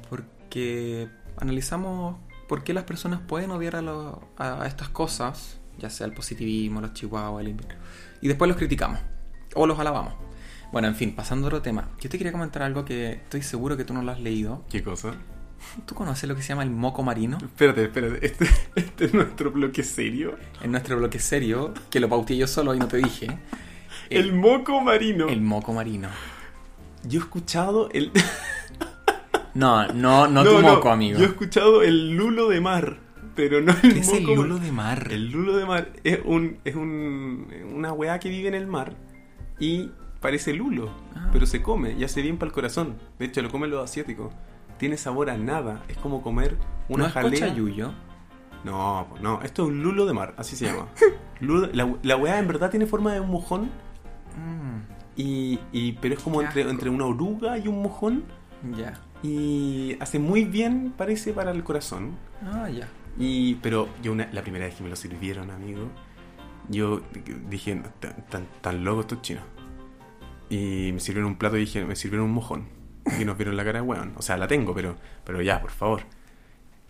porque analizamos por qué las personas pueden odiar a, lo- a estas cosas, ya sea el positivismo, los chihuahuas, el invierno, y después los criticamos o los alabamos. Bueno, en fin, pasando a otro tema, yo te quería comentar algo que estoy seguro que tú no lo has leído, ¿Qué cosa? ¿Tú conoces lo que se llama el moco marino? Espérate, espérate. Este, este es nuestro bloque serio. En nuestro bloque serio, que lo pauté yo solo y no te dije. El, El, moco marino. el moco marino. Yo he escuchado el. No, no, no, tu moco, amigo. Yo he escuchado el lulo de mar. Pero no el ¿Qué es moco el mar- lulo de mar? El lulo de mar es un. es un. una weá que vive en el mar. Y parece lulo. Ah. Pero se come y hace bien para el corazón. De hecho, lo comen los asiáticos. Tiene sabor a nada. Es como comer una ¿No es jalea. cochayuyo? No, po, no, esto es un lulo de mar, así se llama. Lulo- la, la weá en verdad tiene forma de un mojón, Mm, y, y- pero es como Qué entre, asco. entre una oruga y un mojón, ya. y hace muy bien, parece, para el corazón. Ah, ya. Y, pero yo una- la primera vez que me lo sirvieron, amigo, yo dije, "No, tan, tan, tan locos estos chinos. Y me sirvieron un plato y dije, me sirvieron un mojón. Y nos vieron la cara de weón. O sea, la tengo, pero, pero ya, por favor.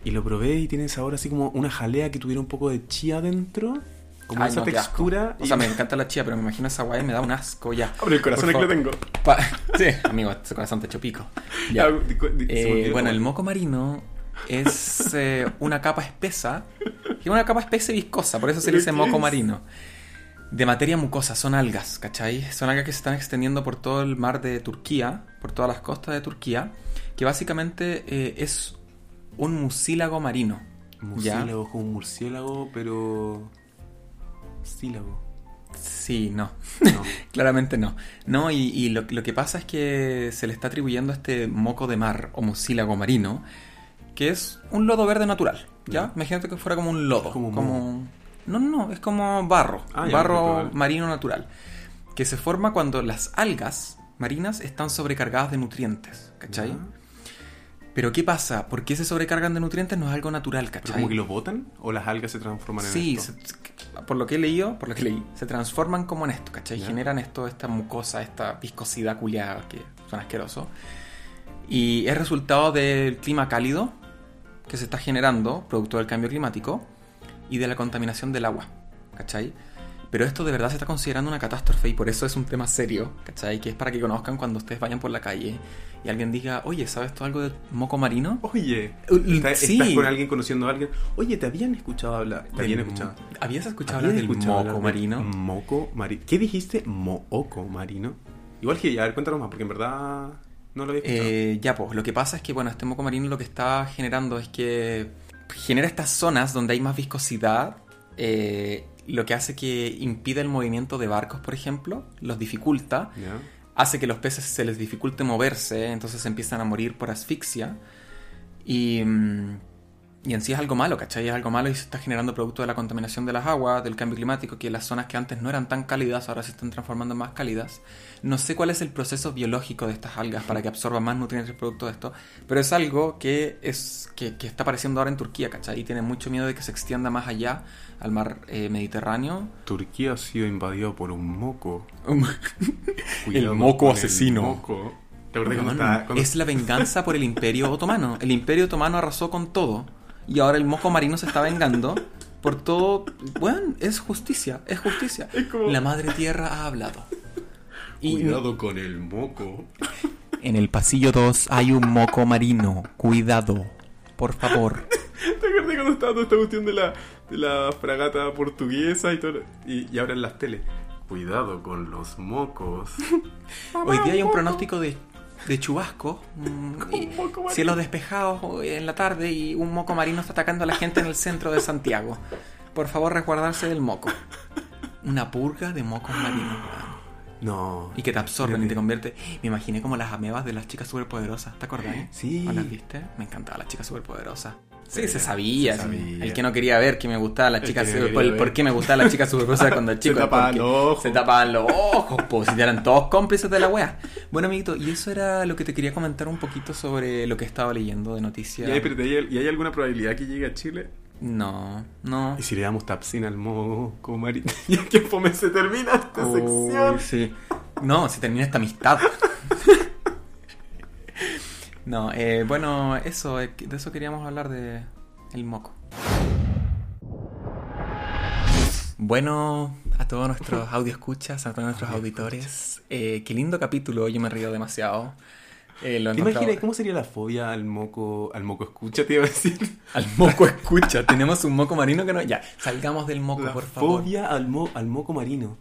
Y lo probé y tiene sabor así como una jalea que tuviera un poco de chía adentro. Como Ay, esa no, qué asco. textura. O y- sea, me encanta la chía, pero me imagino esa guay me da un asco ya. Abre el corazón Por es que lo favor. tengo. Pa- sí, amigo, este corazón te echó pico. Ya. Ah, di- di- se me Eh, olvidó. bueno, el moco marino es eh, una capa espesa, que es una capa espesa y viscosa, por eso se ¿Pero le dice qué moco es? marino. De materia mucosa, son algas, ¿cachai? Son algas que se están extendiendo por todo el mar de Turquía, por todas las costas de Turquía, que básicamente eh, es un mucílago marino. ¿ya? Murciélago, como un murciélago, pero. Sílago. Sí, no. No. Claramente no. No, y, y lo, lo que pasa es que se le está atribuyendo este moco de mar o mucílago marino, que es un lodo verde natural, ¿ya? Ya. Imagínate que fuera como un lodo, Como como... moho. No, no, no, es como barro, Ah, ya, barro perfecto. marino natural, que se forma cuando las algas marinas están sobrecargadas de nutrientes, ¿cachai? Ya. Pero ¿qué pasa? ¿Por qué se sobrecargan de nutrientes? No es algo natural, ¿Pero ¿cachai? como que lo botan? ¿O las algas se transforman en Sí, esto? se- por lo que he leído, por lo que leí, se transforman como en esto, ¿cachai? Ya. Generan esto, esta mucosa, esta viscosidad culiada que suena asqueroso. Y es resultado del clima cálido que se está generando, producto del cambio climático, y de la contaminación del agua, ¿cachai? Pero esto de verdad se está considerando una catástrofe y por eso es un tema serio, ¿cachai? Que es para que conozcan cuando ustedes vayan por la calle y alguien diga, oye, ¿sabes tú algo de moco marino? Oye, Uh, está- sí. estás con alguien conociendo a alguien. Oye, ¿te habían escuchado hablar? ¿Te habían Del- escuchado? ¿Habías escuchado ¿Habían hablar del escuchado moco hablar del marino? Moco marino. ¿Qué dijiste? Moco marino. Igual que, a ver, cuéntanos más, porque en verdad no lo había escuchado. Eh, ya, pues, lo que pasa es que, bueno, este moco marino lo que está generando es que genera estas zonas donde hay más viscosidad, eh, lo que hace que impida el movimiento de barcos, por ejemplo, los dificulta, ¿Ya? hace que los peces se les dificulte moverse, entonces empiezan a morir por asfixia. Y, mm, y en sí es algo malo, ¿cachai? Es algo malo y se está generando producto de la contaminación de las aguas, del cambio climático, que las zonas que antes no eran tan cálidas ahora se están transformando en más cálidas. No sé cuál es el proceso biológico de estas algas para que absorban más nutrientes producto de esto, pero es algo que, es, que, que está apareciendo ahora en Turquía, ¿cachai? Y tienen mucho miedo de que se extienda más allá al mar eh, Mediterráneo. Um, Turquía ha sido invadido por un moco. El moco con asesino. El moco. ¿Te acuerdas cuando Weón, estaba- cuando- Es la venganza por el Imperio Otomano. El Imperio Otomano arrasó con todo. Y ahora el moco marino se está vengando por todo. Bueno, es justicia, es justicia. como- La madre tierra ha hablado. Cuidado con el moco. en el pasillo 2 hay un moco marino. Cuidado, por favor. ¿Te acuerdas cuando estaba toda esta cuestión de la, de la fragata portuguesa y todo? lo- Y, y ahora en las teles. Cuidado con los mocos. Hoy día hay un pronóstico de, de chubasco. mm, y un moco marino. Cielos despejados eh, en la tarde y un moco marino está atacando a la gente en el centro de Santiago. Por favor, resguardarse del moco. Una purga de mocos marinos. weón. No. Y que te absorben y te Fíjate. convierte. Me imaginé como las amebas de las chicas superpoderosas. ¿Te acordás? Sí. ¿O las viste? Me encantaba las chicas superpoderosas. Sí, Sí, se sabía, se sí. sabía. El que no quería ver que me gustaba la El chica que no super- quería por, ver. por qué me gustaba la chica superpoderosa cuando chico. Se tapaban porque los ojos. Se tapaban los ojos, pues, si eran todos cómplices de la wea. Bueno, amiguito, y eso era lo que te quería comentar un poquito sobre lo que estaba leyendo de ¿Y noticias. hay, espérate, ¿y hay- y hay alguna probabilidad que llegue a Chile? No, no. ¿Y si le damos tapsina al moco, marito? ¿Y en qué fome se termina esta sección? Uy, sí. No, se termina esta amistad. no, eh, bueno, eso, eh, de eso queríamos hablar de el moco. Bueno, a todos nuestros audio escuchas, a todos nuestros auditores, eh, qué lindo capítulo, yo me río demasiado. Eh, lo ¿Te encontraba- imaginas cómo sería la fobia al moco, al moco escucha, te iba a decir? Al moco escucha, tenemos un moco marino que no... Ya, salgamos del moco, la por favor. fobia al, mo- al moco marino.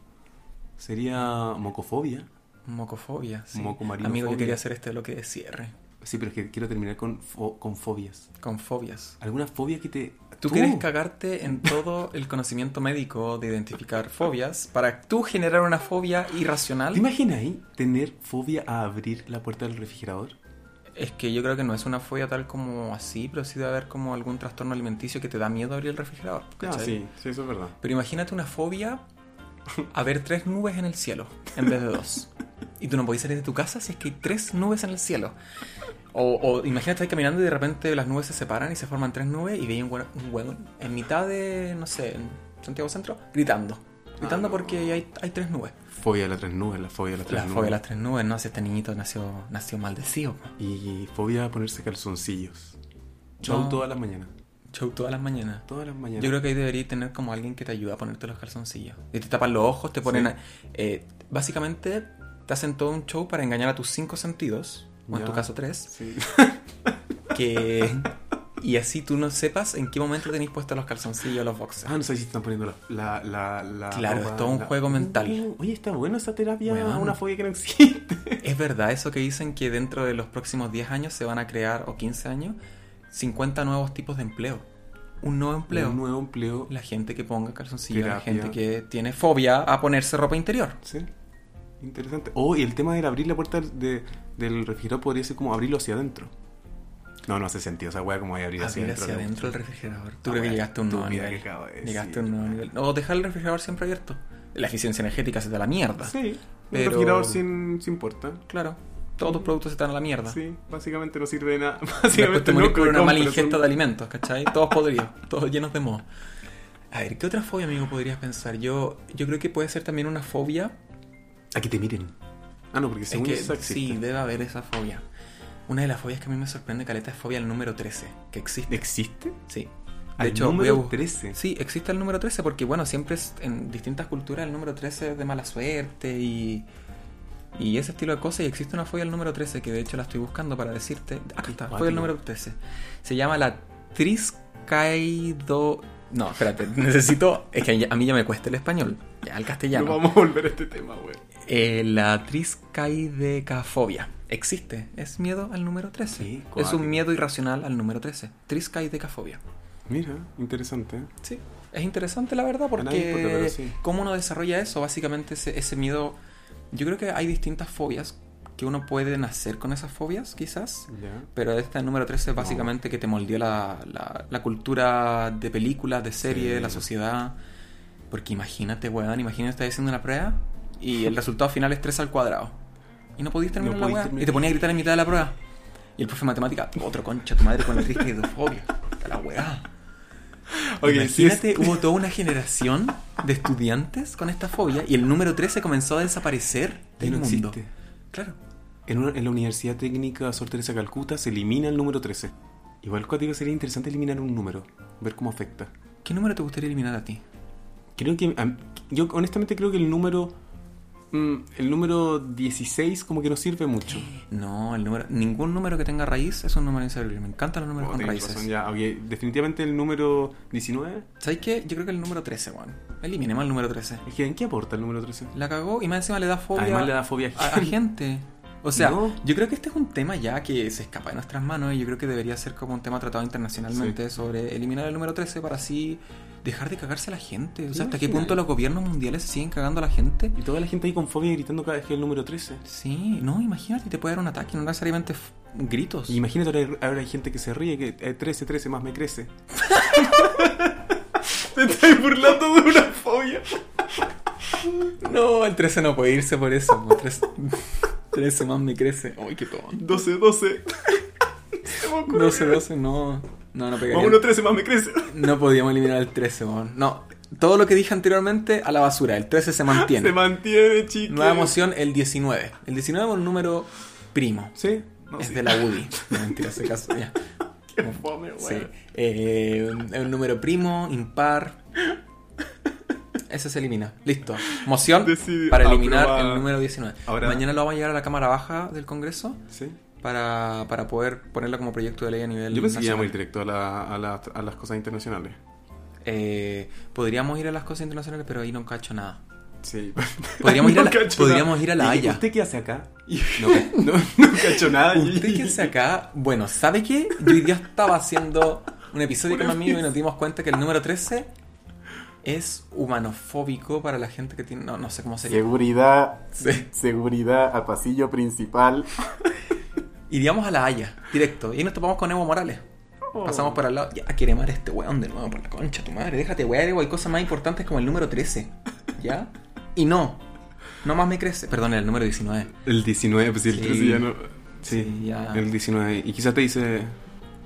Sería mocofobia. Mocofobia, sí. Moco marino Amigo, yo fobia. quería hacer este bloque de cierre, Sí, pero es que quiero terminar con, fo- con fobias. con fobias. ¿Alguna fobia que te... Tú quieres cagarte en todo el conocimiento médico de identificar fobias para tú generar una fobia irracional. ¿Te imaginas ahí tener fobia a abrir la puerta del refrigerador? Es que yo creo que no es una fobia tal como así, pero sí debe haber como algún trastorno alimenticio que te da miedo abrir el refrigerador. ¿cachai? sí, eso es verdad. Pero imagínate una fobia a ver tres nubes en el cielo en vez de dos. Y tú no podés salir de tu casa si es que hay tres nubes en el cielo. O, o imagínate estar caminando y de repente las nubes se separan y se forman tres nubes y veía un hue- un hueón en mitad de, no sé, en Santiago Centro, gritando. Gritando Ah, no. porque hay, hay tres nubes. Fobia a las tres nubes, la fobia a las tres La nubes. fobia de las tres nubes, ¿no? Si este niñito nació, nació maldecido. po. Y fobia a ponerse calzoncillos. Chau No. todas las mañanas. Show todas las mañanas. Todas las mañanas. Yo creo que ahí debería tener como alguien que te ayuda a ponerte los calzoncillos. Y te tapan los ojos, te ponen... Sí. a- eh, básicamente te hacen todo un show para engañar a tus cinco sentidos, o en Ya. tu caso tres, Sí. que... y así tú no sepas en qué momento tenéis puestos los calzoncillos, los boxers. Ah, no sé si te están poniendo la... la, la, la Claro, ropa, es todo un la- juego mental. Uh, Oye, está bueno esa terapia a Weón. una fobia que no existe. Ah, Es verdad eso que dicen que dentro de los próximos 10 años se van a crear, o 15 años, 50 nuevos tipos de empleo. Un nuevo empleo. Un nuevo empleo. La gente que ponga calzoncillos, la Terapia. gente que tiene fobia a ponerse ropa interior. Sí. Interesante. Oh, y el tema de abrir la puerta de- del refrigerador podría ser como abrirlo hacia adentro. No, no hace sentido. Esa weá como hay abrir hacia Abrir adentro. hacia ¿no? adentro el refrigerador. Tú Ah, creo que wea, llegaste a un nuevo estúpida nivel. que acabo de Llegaste decir, a un nuevo wea. nivel. O dejar el refrigerador siempre abierto. La eficiencia energética se da a la mierda. Sí. Pero- Un refrigerador sin, sin puerta. Claro. Todos tus productos se dan a la mierda. Sí, básicamente no sirve de nada. Después Básicamente te morís no por una mala compras ingesta un- de alimentos, ¿cachai? Todos podridos, todos llenos de moho. A ver, ¿qué otra fobia, amigo, podrías pensar? Yo, yo creo que puede ser también una fobia. A que te miren. Ah, no, porque Es según que eso sí, existe. debe haber esa fobia. Una de las fobias que a mí me sorprende, Caleta, es fobia al número 13, que existe. ¿Existe? Sí. Al voy número a bus- 13. Sí, existe el número 13 porque, bueno, siempre es- en distintas culturas el número 13 es de mala suerte y, y ese estilo de cosas. Y existe una fobia al número 13 que, de hecho, la estoy buscando para decirte. Acá está, fobia al Cuático. número 13. Se llama la Triscaido... No, espérate, necesito... Es que a mí ya me cuesta el español, ya el No castellano. vamos a volver a este tema, güey. Eh, la triscaidecafobia. Existe, es miedo al número 13. Sí, es cuático. un miedo irracional al número 13. Triscaidecafobia. Mira, interesante. ¿eh? Sí, es interesante la verdad A nadie porque importa, pero sí. cómo uno desarrolla eso, básicamente ese, ese miedo. Yo creo que hay distintas fobias que uno puede nacer con esas fobias, quizás. Ya. Pero este número 13 es No. básicamente que te moldeó la, la- la cultura de películas, de series, Sí. la sociedad. Porque imagínate, weón, imagínate estás haciendo una prueba y el resultado final es 3 al cuadrado. Y no podías terminar No la podías weá. terminar. Y te ponía a gritar en mitad de la prueba. Y el profe de matemática, otro concha, tu madre con la triste idofobia. Está la weá. Ok, sí es- Imagínate, hubo toda una generación de estudiantes con esta fobia y el número 13 comenzó a desaparecer Ya del no mundo. existe. Claro. En, una- en la Universidad Técnica Sor Teresa de Calcuta se elimina el número 13. Igual cuático sería interesante eliminar un número, ver cómo afecta. ¿Qué número te gustaría eliminar a ti? Creo que am- yo honestamente creo que el número mm, el número 16 como que no sirve mucho. No, el número, ningún número que tenga raíz es un número inservible. Me encantan los números Oh, con tenés raíces. razón, ya, ok. Definitivamente el número 19. ¿Sabes qué? Yo creo que el número 13, weón. Eliminemos el número 13. Es que, ¿En qué aporta el número 13? La cagó y más encima le da fobia, Además le da fobia a, a gente. O sea, No. yo creo que este es un tema ya que se escapa de nuestras manos y yo creo que debería ser como un tema tratado internacionalmente sobre eliminar el número 13 para así dejar de cagarse a la gente. O sea, ¿hasta qué Imagina. punto los gobiernos mundiales se siguen cagando a la gente? Y toda la gente ahí con fobia gritando cada vez que el número 13. Sí, no, imagínate, te puede dar un ataque, no necesariamente f- gritos. Y imagínate ahora, hay- ahora hay gente que se ríe que eh, 13, 13 más me crece. Te estás burlando de una fobia. No, el 13 no puede irse por eso. po. 13, 13 más me crece. Ay, qué tonto. 12, 12. 12, 12, no. No, no Más pegaría. uno 13 más me crece. No podíamos eliminar el 13, weón. No, todo lo que dije anteriormente a la basura. El 13 se mantiene. Se mantiene, chicos. Nueva emoción, el 19. El 19 es un número primo. Sí. No, es sí. de la Woody. No, mentira, ese caso ya. Qué fome, Sí. weón. Eh, un- un número primo, impar. Ese se elimina. Listo. Moción Decidido. para eliminar Aprobado. el número 19. Ahora- Mañana lo vamos a llevar a la Cámara Baja del Congreso Sí. para, para poder ponerla como proyecto de ley a nivel Yo pensé que íbamos a ir nacional. directo a, la- a la- a las cosas internacionales. Eh, podríamos ir a las cosas internacionales, pero ahí no cacho nada. Sí. Podríamos ir a la- cacho podríamos nada. ir a La Y- Haya. ¿Usted qué hace acá? Y- No. No, no cacho nada. Y- ¿Usted qué hace acá? Bueno, ¿sabe qué? Yo hoy día estaba haciendo un episodio Una con un amigo y vez. nos dimos cuenta que el número 13 es humanofóbico para la gente que tiene... No, no sé cómo sería. Seguridad, Sí. seguridad al pasillo principal. Iríamos a La Haya, directo. Y ahí nos topamos con Evo Morales. Oh. Pasamos por al lado. Ya, quiere mar este weón de nuevo por la concha, tu madre. Déjate, weón. Evo, Hay cosas más importantes como el número 13. ¿Ya? Y no. No más me crece. Perdón, el número 19. El 19, pues sí, el Sí. 13 ya no. Sí, Sí, Ah. ya. el 19. Y quizás te dice.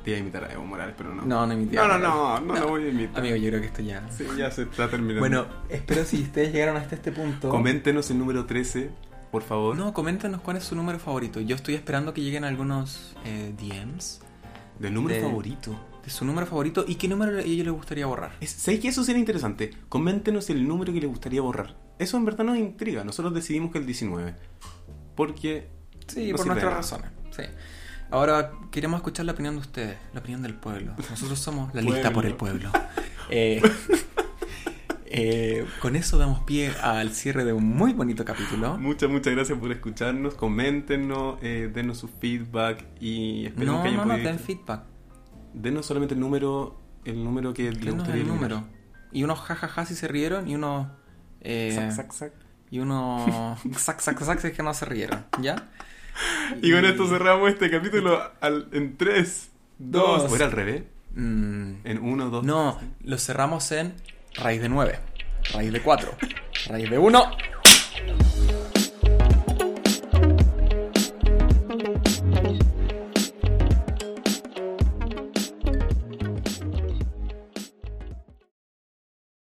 Te iba a imitar a Evo Morales, pero no. No, no, mi tía. no, no, no, no lo voy a imitar. Amigo, yo creo que esto ya. Sí, ya se está terminando. Bueno, espero si ustedes llegaron hasta este punto. coméntenos el número 13, por favor. No, coméntenos cuál es su número favorito. Yo estoy esperando que lleguen algunos eh, DMs Del número De- favorito. de su número favorito y qué número a ellos les gustaría borrar. Es- ¿Sabéis que eso sería interesante? Coméntenos el número que les gustaría borrar. Eso en verdad nos intriga. Nosotros decidimos que el 19. Porque. Sí, no por nuestras sirve de razones. Sí. Ahora queremos escuchar la opinión de ustedes, la opinión del pueblo. Nosotros somos la lista por el pueblo. Eh, eh, con eso damos pie al cierre de un muy bonito capítulo. Muchas, muchas gracias por escucharnos. Coméntenos, eh, denos su feedback y esperemos No, que hayan no nos podido- den feedback. Denos solamente el número, el número que les Denos gustaría el eliminar. número. Y unos jajaja si se rieron y unos... eh, Sac, sac, sac. Y unos... Sac, sac, sac si es que no se rieron, ¿ya? Y con esto cerramos este capítulo al- en 3, 2. Dos. ¿O era al revés? Mm, En 1, 2. no, lo cerramos en raíz de 9, raíz de 4, raíz de 1.